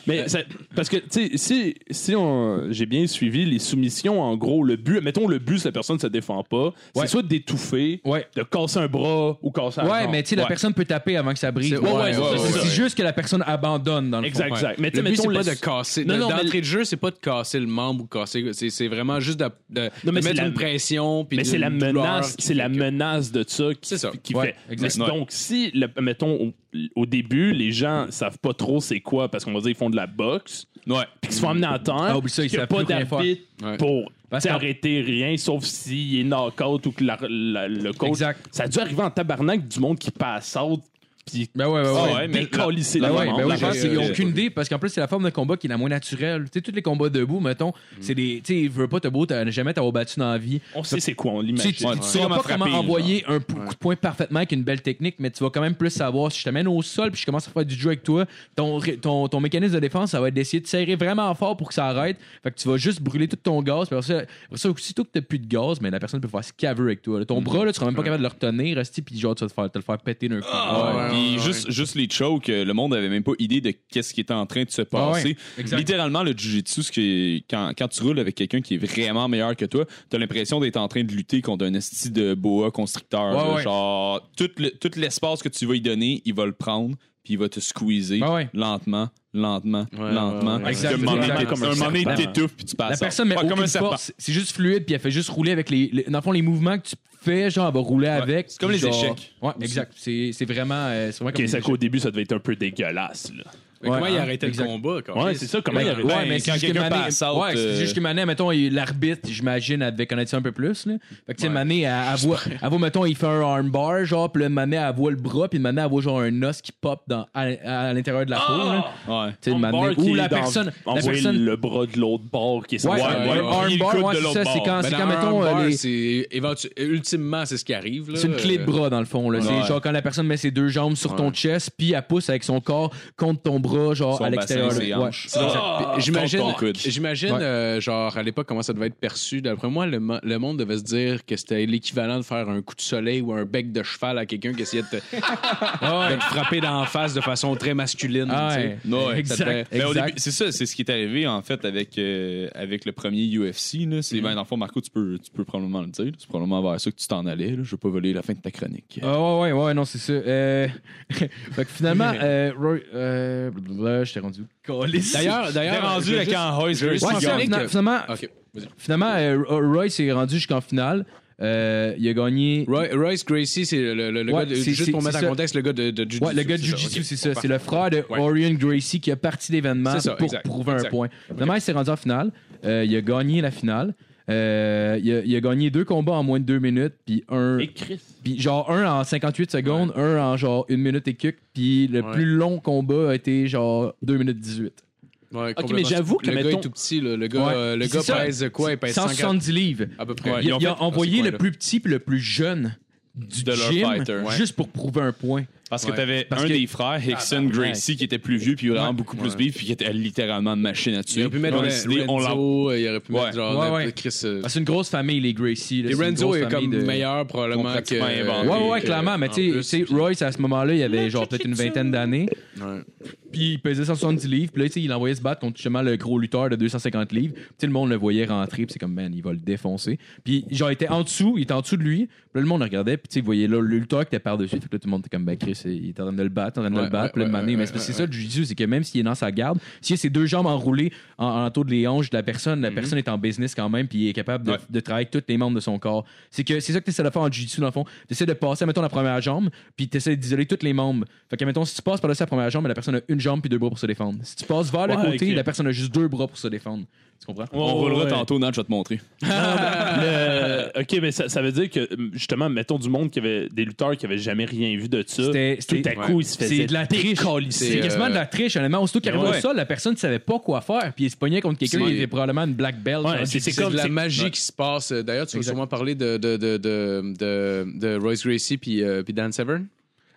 Speaker 2: Mais ça- parce que tu sais si si on- j'ai bien suivi les soumissions en gros le but mettons le but c'est la personne se défend pas
Speaker 4: Ouais.
Speaker 2: c'est soit d'étouffer
Speaker 4: Ouais.
Speaker 2: de casser un bras ou casser la
Speaker 4: Ouais,
Speaker 2: jambe.
Speaker 4: mais tu sais, la personne peut taper avant que ça brise.
Speaker 3: C'est- ouais, ouais,
Speaker 4: c'est
Speaker 3: ouais,
Speaker 4: c'est
Speaker 3: ouais.
Speaker 4: juste que la personne abandonne dans le
Speaker 2: exact
Speaker 4: fond.
Speaker 2: exact mais tu sais
Speaker 3: Le but,
Speaker 2: mettons
Speaker 3: c'est pas
Speaker 2: le-
Speaker 3: de casser.
Speaker 2: Non,
Speaker 3: de-
Speaker 2: non, mais-
Speaker 3: D'entrée de jeu, c'est pas de casser le membre ou casser. C'est c'est vraiment juste de, de-
Speaker 2: Non, mais
Speaker 3: de
Speaker 2: c'est
Speaker 3: mettre
Speaker 2: la-
Speaker 3: une pression. Puis
Speaker 2: mais
Speaker 3: de-
Speaker 2: c'est la
Speaker 3: une douleur
Speaker 2: menace
Speaker 3: qui
Speaker 2: c'est la
Speaker 3: fait que-
Speaker 2: menace de ça qui,
Speaker 3: C'est ça.
Speaker 2: qui
Speaker 4: Ouais,
Speaker 2: fait
Speaker 4: exact.
Speaker 2: Mais donc si le- mettons au, au début les gens savent pas trop c'est quoi parce qu'on va dire ils font de la boxe
Speaker 5: Ouais.
Speaker 2: puis qu'ils se font amener en terre
Speaker 4: Ah, oublie ça, ils
Speaker 2: qu'il y a
Speaker 4: savent
Speaker 2: pas
Speaker 4: plus rien faire.
Speaker 2: d'arbitre
Speaker 3: Ouais.
Speaker 2: pour
Speaker 4: Parce
Speaker 2: t'sais,
Speaker 4: qu'en-
Speaker 2: arrêter rien sauf s'il est knock-out ou que la- la- le coach
Speaker 4: Exact.
Speaker 2: ça a dû arriver en tabarnak du monde qui passe out puis
Speaker 4: Ben ouais, ouais, ouais.
Speaker 5: ouais, mais-
Speaker 2: décalisser
Speaker 4: Ben
Speaker 2: le
Speaker 4: ouais,
Speaker 2: monde.
Speaker 4: ben ouais,
Speaker 2: La
Speaker 4: je pense
Speaker 2: face,
Speaker 4: qu'ils
Speaker 2: euh,
Speaker 4: n'ont aucune idée parce qu'en plus, c'est la forme de combat qui est la moins naturelle. Tu sais, tous les combats debout, mettons, c'est des. Tu sais, il veut pas te beau, t'as jamais t'avoir battu dans la vie.
Speaker 2: on sait c'est quoi on
Speaker 4: Tu, sais, tu,
Speaker 2: l'imagine
Speaker 4: tu sauras pas comment envoyer un p- coup de poing parfaitement avec une belle technique, mais tu vas quand même plus savoir si je t'amène au sol puis je commence à faire du jeu avec toi, ton, ré- ton, ton mécanisme de défense, ça va être d'essayer de serrer vraiment fort pour que ça arrête. Fait que tu vas juste brûler tout ton gaz. Puis après ça, après ça, aussitôt que t'as plus de gaz, mais la personne peut faire ce qu'elle veut avec toi. là. Ton bras, là, tu seras même pas capable de le retenir, resti, puis genre, tu vas te faire, te le faire péter d'un coup.
Speaker 5: Ah,
Speaker 3: ouais,
Speaker 5: puis
Speaker 3: ouais,
Speaker 5: juste, juste les chokes, euh, le monde avait même pas idée de qu'est-ce qui était en train de se passer.
Speaker 4: Ah exact.
Speaker 5: Littéralement, le jujitsu, ce qui est- quand, quand tu roules avec quelqu'un qui est vraiment meilleur que toi, t'as l'impression d'être en train de lutter contre un esti de boa constricteur.
Speaker 4: Ouais,
Speaker 5: là.
Speaker 4: ouais.
Speaker 5: Genre, tout, le- tout l'espace que tu vas lui donner, il va le prendre, puis il va te squeezer
Speaker 4: Ah ouais.
Speaker 5: lentement, lentement,
Speaker 3: ouais,
Speaker 5: lentement.
Speaker 3: ouais, ouais.
Speaker 5: Exactement. Un moment
Speaker 4: Exact,
Speaker 5: donné,
Speaker 4: exact.
Speaker 5: t'es-
Speaker 2: Comme un
Speaker 5: un moment donné,
Speaker 2: serpent.
Speaker 5: t'étouffes, puis tu passes.
Speaker 4: La
Speaker 5: à-
Speaker 4: personne, mais
Speaker 5: Ouais,
Speaker 4: aucune
Speaker 5: comme un serpent.
Speaker 4: force. C'est juste fluide, puis elle fait juste rouler avec les, les- Dans le fond, les mouvements que tu fais, genre, elle va rouler avec.
Speaker 5: c'est comme
Speaker 4: puis
Speaker 5: les
Speaker 4: genre-
Speaker 5: échecs.
Speaker 4: Ouais, exact. C'est c'est vraiment. euh, c'est vraiment
Speaker 2: Ok,
Speaker 4: comme
Speaker 2: c'est
Speaker 4: les
Speaker 2: qu'au début, ça devait être un peu dégueulasse. là.
Speaker 3: Mais Comment
Speaker 4: Ouais,
Speaker 3: il
Speaker 4: hein,
Speaker 3: arrêtait le
Speaker 4: exact.
Speaker 3: combat? quand
Speaker 2: Ouais,
Speaker 3: même?
Speaker 2: c'est ça. Comment il y avait.
Speaker 4: Ouais,
Speaker 5: Ben,
Speaker 4: mais
Speaker 5: quand
Speaker 4: c'est juste que
Speaker 5: quelqu'un
Speaker 4: Mané,
Speaker 5: passe out,
Speaker 4: ouais, c'est
Speaker 5: euh,
Speaker 4: juste que Mané, mettons, il- l'arbitre, j'imagine, elle devait connaître ça un peu plus. Là. Fait que, tu sais, Mané, elle, elle voit, elle voit, mettons, il fait un armbar, genre, puis là, Mané, elle voit le bras, puis Mané, elle voit, genre, un os qui pop dans, à, à l'intérieur de la peau. là.
Speaker 5: Ouais.
Speaker 4: Tu sais, Mané-
Speaker 2: Armbar qui
Speaker 4: Ou
Speaker 2: est
Speaker 4: la
Speaker 2: dans-
Speaker 4: personne. La
Speaker 2: envoyer
Speaker 4: personne.
Speaker 2: le bras de l'autre bord qui est
Speaker 4: Ouais,
Speaker 2: ouais,
Speaker 4: un-
Speaker 2: ouais.
Speaker 4: un armbar, ouais, c'est ça, c'est quand,
Speaker 3: Ben,
Speaker 4: c'est
Speaker 3: dans
Speaker 4: quand,
Speaker 3: un
Speaker 4: mettons, euh,
Speaker 3: armbar,
Speaker 4: les-
Speaker 3: c'est éventu- ultimement, c'est ce qui arrive. là.
Speaker 4: C'est une clé de bras dans le fond. là. C'est
Speaker 5: Ouais.
Speaker 4: genre quand la personne met ses deux jambes sur ton chest, puis elle pousse avec son corps contre ton bras, genre
Speaker 5: Son
Speaker 4: à l'extérieur.
Speaker 5: bassin, ses
Speaker 4: là.
Speaker 5: hanches. Ah!
Speaker 4: Ouais.
Speaker 3: Euh, J'imagine,
Speaker 5: Ton coude.
Speaker 3: j'imagine
Speaker 4: Ouais.
Speaker 3: euh, genre, à l'époque, comment ça devait être perçu. D'après moi, le, mo- le monde devait se dire que c'était l'équivalent de faire un coup de soleil ou un bec de cheval à quelqu'un qui essayait de te, de te frapper dans la face de façon très masculine.
Speaker 4: Ah
Speaker 3: tu sais.
Speaker 4: ouais.
Speaker 5: Ouais,
Speaker 4: Exact,
Speaker 5: ça devait- Mais au
Speaker 4: exact.
Speaker 5: début, c'est ça, c'est ce qui est arrivé en fait avec, euh, avec le premier UFC. Là.
Speaker 3: Mm.
Speaker 5: C'est, ben, dans le fond, Marco, tu peux, tu peux probablement le dire. C'est probablement vers ça que tu t'en allais. Là. Je veux pas voler la fin de ta chronique.
Speaker 4: Ah ouais, ouais, ouais, non, c'est ça. Euh... fait que finalement, euh, Roy, euh... blablabla, je t'ai rendu.
Speaker 3: D'ailleurs,
Speaker 5: T'es
Speaker 3: d'ailleurs,
Speaker 5: rendu
Speaker 3: je veux
Speaker 5: à
Speaker 3: juste-
Speaker 5: quand Hoyes
Speaker 3: je veux juste
Speaker 5: versus
Speaker 4: Ouais,
Speaker 3: mentionner
Speaker 5: Gagné.
Speaker 4: finalement,
Speaker 3: que-
Speaker 4: finalement,
Speaker 3: Ok, vas-y.
Speaker 4: finalement, euh, Roy s'est rendu jusqu'en finale. Euh, il a gagné.
Speaker 3: Roy- Royce Gracie, c'est le, le- le
Speaker 4: Ouais,
Speaker 3: gars de-
Speaker 4: c'est-
Speaker 3: juste
Speaker 4: c'est-
Speaker 3: pour mettre
Speaker 4: c'est
Speaker 3: en
Speaker 4: ça.
Speaker 3: contexte, le gars de, de Jiu-Jitsu.
Speaker 4: Ouais, le gars de
Speaker 3: c'est ça,
Speaker 4: Jiu-Jitsu,
Speaker 3: ok.
Speaker 4: c'est ça. C'est le frère de
Speaker 3: Ouais.
Speaker 4: Orion Gracie qui a parti l'événement
Speaker 3: C'est ça,
Speaker 4: pour
Speaker 3: exact,
Speaker 4: prouver un
Speaker 3: exact.
Speaker 4: point. Finalement, il s'est rendu en finale. Euh, il a gagné la finale. Euh, il, a, il a gagné deux combats en moins de deux minutes, puis un.
Speaker 2: Et Chris.
Speaker 4: Puis genre un en 58 secondes, un en genre une minute et quelques, puis le
Speaker 3: Ouais.
Speaker 4: plus long combat a été genre 2 minutes 18.
Speaker 3: Ouais,
Speaker 2: mais
Speaker 3: complètement.
Speaker 2: j'avoue que,
Speaker 3: le gars
Speaker 2: mettons-
Speaker 3: est tout petit. là. Le gars,
Speaker 4: Ouais.
Speaker 3: euh, le
Speaker 4: Puis
Speaker 3: gars
Speaker 4: c'est ça,
Speaker 3: pèse quoi Il pèse 150
Speaker 4: 170 livres.
Speaker 3: à peu près.
Speaker 4: il, a-
Speaker 3: Ils ont
Speaker 4: il a
Speaker 3: fait- dans
Speaker 4: envoyé
Speaker 3: ces
Speaker 4: le
Speaker 3: coins-là.
Speaker 4: plus petit puis le plus jeune
Speaker 3: du
Speaker 5: De leur
Speaker 3: gym
Speaker 5: fighter. Ouais.
Speaker 3: juste pour prouver un point.
Speaker 5: Parce que
Speaker 4: Ouais.
Speaker 5: t'avais
Speaker 3: Parce
Speaker 5: un
Speaker 3: que-
Speaker 5: des frères, Hickson
Speaker 4: Ah,
Speaker 5: Gracie, qui était plus vieux, puis vraiment beaucoup plus vif, puis qui était littéralement une machine à
Speaker 4: Il
Speaker 5: tuer.
Speaker 4: aurait pu mettre
Speaker 5: On a décidé,
Speaker 4: Renzo,
Speaker 5: on l'en-
Speaker 4: euh, il aurait pu mettre
Speaker 5: Ouais.
Speaker 4: genre
Speaker 3: Ouais,
Speaker 4: euh,
Speaker 3: ouais.
Speaker 4: Chris. euh,
Speaker 3: Ah, c'est une grosse famille, les Gracie. là.
Speaker 4: et
Speaker 3: C'est une
Speaker 4: Renzo
Speaker 3: grosse
Speaker 4: est
Speaker 3: famille
Speaker 4: comme
Speaker 3: de-
Speaker 4: meilleur probablement
Speaker 5: Ils ont
Speaker 4: que.
Speaker 5: pratiquement inventé.
Speaker 3: Ouais, ouais, ouais,
Speaker 4: que-
Speaker 3: clairement. Mais
Speaker 4: en
Speaker 3: tu sais-
Speaker 4: plus,
Speaker 3: tu
Speaker 4: puis-
Speaker 3: sais, Royce, à ce moment-là, il avait genre peut-être une vingtaine d'années.
Speaker 4: Ouais.
Speaker 3: Puis il pesait 170 livres. Puis là, tu sais, il envoyait se battre contre justement le gros lutteur de 250 livres. Puis tu sais, le monde le voyait rentrer. Puis c'est comme, man, il va le défoncer. Puis genre, il était en dessous, il était en dessous de lui. Puis là, le monde le regardait. Puis tu sais, il voyait là, le lutteur qui était par-dessus. Fait que là, tout le monde était comme, ben Chris, il est en train de le battre, en train de
Speaker 4: Ouais,
Speaker 3: le battre.
Speaker 4: ouais,
Speaker 3: Puis là, de
Speaker 4: ouais,
Speaker 3: m'amener.
Speaker 4: ouais,
Speaker 3: Mais c'est parce que
Speaker 4: ouais,
Speaker 3: c'est ça le jujitsu, c'est que même s'il est dans sa garde, s'il a ses deux jambes enroulées en, en entour de les hanches de la personne,
Speaker 4: Mhm.
Speaker 3: la personne est en business quand même. Puis il est capable de,
Speaker 5: Ouais.
Speaker 3: de travailler avec tous les membres de son corps. C'est que c'est ça que tu essaies de faire en jujitsu, dans le fond. Tu essaies de passer, mettons, la première jambe, puis tu essaies d'isoler toutes les membres. Fait que, mettons, si tu passes par-dessus la première jambe, la personne a une jambe puis deux bras pour se défendre. Si tu passes vers le
Speaker 2: Ouais,
Speaker 3: côté,
Speaker 2: ok.
Speaker 3: la personne a juste deux bras pour se défendre. Tu comprends?
Speaker 5: on roulera
Speaker 4: Oh,
Speaker 2: Ouais.
Speaker 5: tantôt, Nat, je vais te montrer.
Speaker 4: Ah,
Speaker 2: Le- OK, mais ça, ça veut dire que, justement, mettons du monde qui avait des lutteurs qui avaient jamais rien vu de ça.
Speaker 3: C'était-
Speaker 2: Tout
Speaker 3: c'était-
Speaker 2: à coup, ils se faisaient.
Speaker 3: C'est de la triche. C'est
Speaker 4: euh,
Speaker 3: quasiment de la triche, honnêtement. Aussitôt qu'il arrivait
Speaker 5: ouais.
Speaker 3: au sol, la personne ne savait pas quoi faire, puis il se pognait contre quelqu'un,
Speaker 4: C'est-
Speaker 3: il était probablement une black belt.
Speaker 2: Ouais,
Speaker 3: genre,
Speaker 2: c'est-
Speaker 4: C'est
Speaker 2: comme-
Speaker 4: de la
Speaker 2: c'est-
Speaker 4: magie
Speaker 2: ouais.
Speaker 4: qui se passe. D'ailleurs, tu vas
Speaker 3: Exact.
Speaker 4: sûrement parler de, de, de, de, de, de Royce Gracie puis, euh, puis Dan Severn.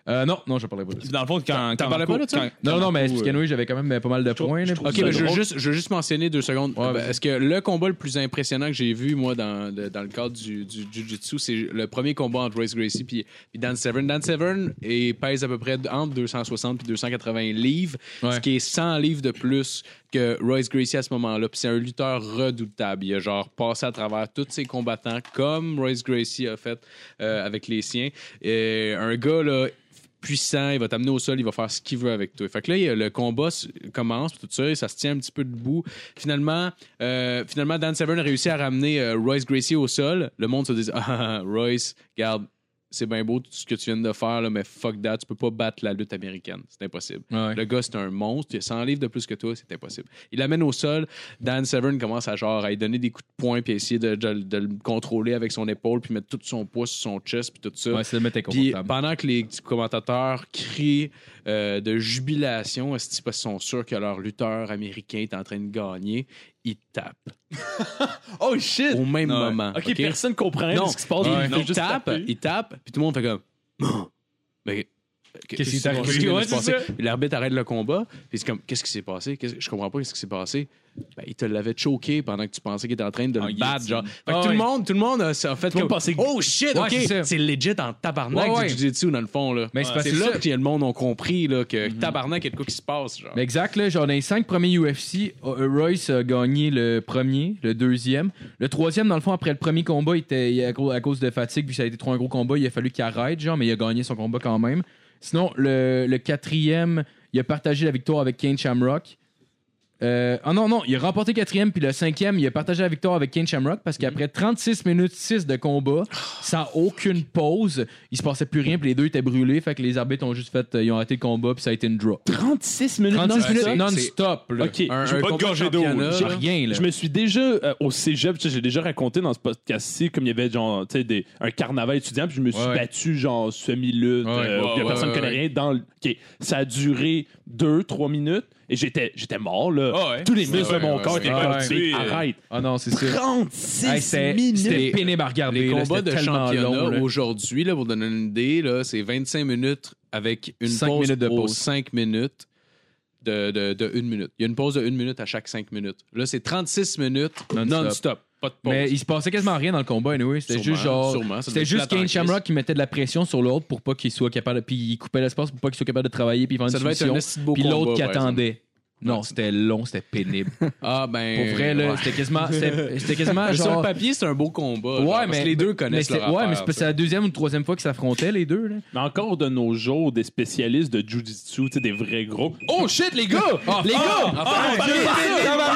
Speaker 3: Euh, non, non, je ne parlais pas de ça.
Speaker 5: Dans le fond, quand.
Speaker 4: T'en
Speaker 5: quand
Speaker 4: parlais pas de ça?
Speaker 5: quand-
Speaker 3: Non, non, mais Scanway, j'avais quand même euh, pas mal de points. là, pour
Speaker 4: Ok,
Speaker 3: ça.
Speaker 4: mais je veux, juste, je veux juste mentionner deux secondes.
Speaker 3: Ouais,
Speaker 4: Euh,
Speaker 3: vas-y.
Speaker 4: Est-ce que le combat le plus impressionnant que j'ai vu, moi, dans, de- dans le cadre du, du Jiu-Jitsu, c'est le premier combat entre Royce Gracie puis, puis Dan Severn. Dan Severn et pèse à peu près entre 260 et 280 livres,
Speaker 3: Ouais.
Speaker 4: ce qui est 100 livres de plus que Royce Gracie à ce moment-là. Puis c'est un lutteur redoutable. Il a genre passé à travers tous ses combattants, comme Royce Gracie a fait euh, avec les siens. Et un gars, là, puissant, il va t'amener au sol, il va faire ce qu'il veut avec toi. Fait que là, il y a- le combat s- commence, puis tout ça, et ça se tient un petit peu debout. Finalement, euh, finalement Dan Severn a réussi à ramener euh, Royce Gracie au sol. Le monde se dit Ah, ah, ah, Royce, garde, c'est bien beau tout ce que tu viens de faire, là, mais fuck that, tu peux pas battre la lutte américaine. C'est impossible.
Speaker 3: Ouais.
Speaker 4: Le gars, c'est un monstre, il a 100 livres de plus que toi, c'est impossible. Il l'amène au sol, Dan Severn commence à genre à lui donner des coups de poing, puis à essayer de, de- de le contrôler avec son épaule, puis mettre tout son poids sur son chest, puis tout ça.
Speaker 3: Ouais, c'est le mettre
Speaker 4: Puis
Speaker 3: inconfortable.
Speaker 4: pendant que les petits commentateurs crient euh, de jubilation, est-ce qu'ils sont sûrs que leur lutteur américain est en train de gagner, ils tapent
Speaker 2: Oh shit!
Speaker 4: au même
Speaker 5: Ouais.
Speaker 4: moment.
Speaker 2: OK,
Speaker 4: ok?
Speaker 2: personne comprend
Speaker 4: Non,
Speaker 2: ce qui se passe.
Speaker 4: ils,
Speaker 2: il fait
Speaker 4: ils
Speaker 2: juste
Speaker 4: tapent,
Speaker 2: taper.
Speaker 4: ils tapent, puis tout le monde fait comme. Ben,
Speaker 3: Qu'est-ce qui est arrivé?
Speaker 4: vient de
Speaker 3: Ouais,
Speaker 4: se
Speaker 3: c'est
Speaker 4: passer? Puis L'arbitre arrête le combat, puis c'est comme qu'est-ce qui s'est passé Qu'est-ce- Je comprends pas qu'est-ce qui s'est passé. Ben, il te l'avait choqué pendant que tu pensais qu'il était en train de
Speaker 5: Ah,
Speaker 4: le
Speaker 5: il
Speaker 4: battre.
Speaker 5: est-
Speaker 4: Genre. Fait que
Speaker 3: Ah,
Speaker 4: tout, le
Speaker 3: ouais.
Speaker 4: monde, tout le monde a ça a fait
Speaker 2: le
Speaker 4: comme
Speaker 2: monde pensait que-
Speaker 4: Oh shit,
Speaker 3: Ouais,
Speaker 4: ok,
Speaker 3: c'est ça.
Speaker 4: c'est legit en tabarnak
Speaker 3: Ouais, ouais.
Speaker 4: du jiu-jitsu dans le fond. Là.
Speaker 3: Mais c'est parce
Speaker 4: c'est
Speaker 3: que
Speaker 4: là
Speaker 3: ça- Mhm.
Speaker 4: que le monde a compris là, que tabarnak, il y a de quoi qui se passe. Genre.
Speaker 3: Mais exact, là, genre dans les cinq premiers UFC, euh, Royce a gagné le premier, le deuxième. Le troisième, dans le fond, après le premier combat, il était, il- à, cause- à cause de fatigue, vu que ça a été trop un gros combat, il a fallu qu'il arrête, genre, mais il a gagné son combat quand même. Sinon, le, le quatrième, il a partagé la victoire avec Kane Shamrock. Euh, ah non, non, il a remporté quatrième, puis le cinquième, il a partagé la victoire avec Kane Shamrock parce qu'après 36 minutes 6 de combat, sans aucune pause, il se passait plus rien, puis les deux étaient brûlés, fait que les arbitres ont juste fait, euh, ils ont arrêté le combat, puis ça a été une draw.
Speaker 2: 36 minutes
Speaker 3: 36 minutes
Speaker 4: c'est-
Speaker 3: non-stop, là.
Speaker 2: OK,
Speaker 4: Un-
Speaker 2: je-
Speaker 4: un
Speaker 5: pas de
Speaker 4: combat
Speaker 5: gorgée d'eau,
Speaker 4: championnat,
Speaker 3: J'ai
Speaker 4: là.
Speaker 3: rien, là.
Speaker 2: Je me suis déjà euh, au cégep, tu sais, j'ai déjà raconté dans ce podcast-ci, comme il y avait genre, tu sais, des- un carnaval étudiant, puis je me suis
Speaker 3: Ouais, ouais.
Speaker 2: battu genre semi-lutte,
Speaker 3: Ouais,
Speaker 2: euh,
Speaker 4: ouais,
Speaker 2: puis la
Speaker 4: ouais,
Speaker 2: personne
Speaker 4: ouais,
Speaker 2: connaît
Speaker 4: ouais.
Speaker 2: rien. Dans le- OK, Ça a duré 2-3 minutes et j'étais j'étais mort, là.
Speaker 5: Ah ouais.
Speaker 2: Tous les muscles
Speaker 4: Ouais,
Speaker 2: de mon
Speaker 4: ouais,
Speaker 2: corps
Speaker 4: ouais,
Speaker 2: étaient
Speaker 3: ouais.
Speaker 2: comme,
Speaker 3: Ouais.
Speaker 2: tu sais,
Speaker 5: Euh,
Speaker 2: arrête.
Speaker 3: Ah non, c'est sûr.
Speaker 2: 36
Speaker 3: Hey, c'était- C'était pénible à regarder.
Speaker 4: Les
Speaker 3: là,
Speaker 4: combats
Speaker 3: c'était
Speaker 4: de
Speaker 3: tellement long, là.
Speaker 4: championnat aujourd'hui, là, pour donner une idée, là, c'est 25 minutes avec une
Speaker 3: Cinq
Speaker 4: pause
Speaker 3: minutes de
Speaker 4: aux
Speaker 3: pause.
Speaker 4: 5 minutes de, de, de une minute. Il y a une pause de 1 minute à chaque 5 minutes. Là, c'est 36 minutes
Speaker 3: Non-stop.
Speaker 4: non-stop. Pas de pause.
Speaker 3: Mais il se passait quasiment rien dans le combat, anyway. C'était
Speaker 4: Sûrement,
Speaker 3: juste genre.
Speaker 4: sûrement, ça doit
Speaker 3: C'était
Speaker 4: être
Speaker 3: juste
Speaker 4: plate en
Speaker 3: Kane
Speaker 4: crise.
Speaker 3: Shamrock qui mettait de la pression sur l'autre pour pas qu'il soit capable. Puis il coupait l'espace pour pas qu'il soit capable de travailler. Puis il vendait
Speaker 4: Ça
Speaker 3: une
Speaker 4: devait être
Speaker 3: soumission.
Speaker 4: un esti de beau
Speaker 3: Puis l'autre
Speaker 4: combat,
Speaker 3: qui
Speaker 4: par
Speaker 3: attendait. Non, c'était long, c'était pénible.
Speaker 4: Ah, ben.
Speaker 3: Pour vrai, là, c'était quasiment. C'était c'était quasiment
Speaker 4: Mais Sur le
Speaker 3: genre.
Speaker 4: papier, c'est un beau combat. genre,
Speaker 3: Ouais,
Speaker 4: parce
Speaker 3: mais
Speaker 4: que les deux
Speaker 3: mais
Speaker 4: connaissent
Speaker 3: c'était-
Speaker 4: leur
Speaker 3: Ouais,
Speaker 4: affaire,
Speaker 3: mais c'est parce que
Speaker 4: ça.
Speaker 3: c'est la deuxième ou la troisième fois qu'ils s'affrontaient, les deux. Là.
Speaker 2: Mais encore de nos jours, des
Speaker 4: Ah,
Speaker 2: spécialistes de jujitsu, tu sais, des vrais gros. Oh shit, les gars! les gars!
Speaker 3: Ah,
Speaker 2: Ah, ah, ah,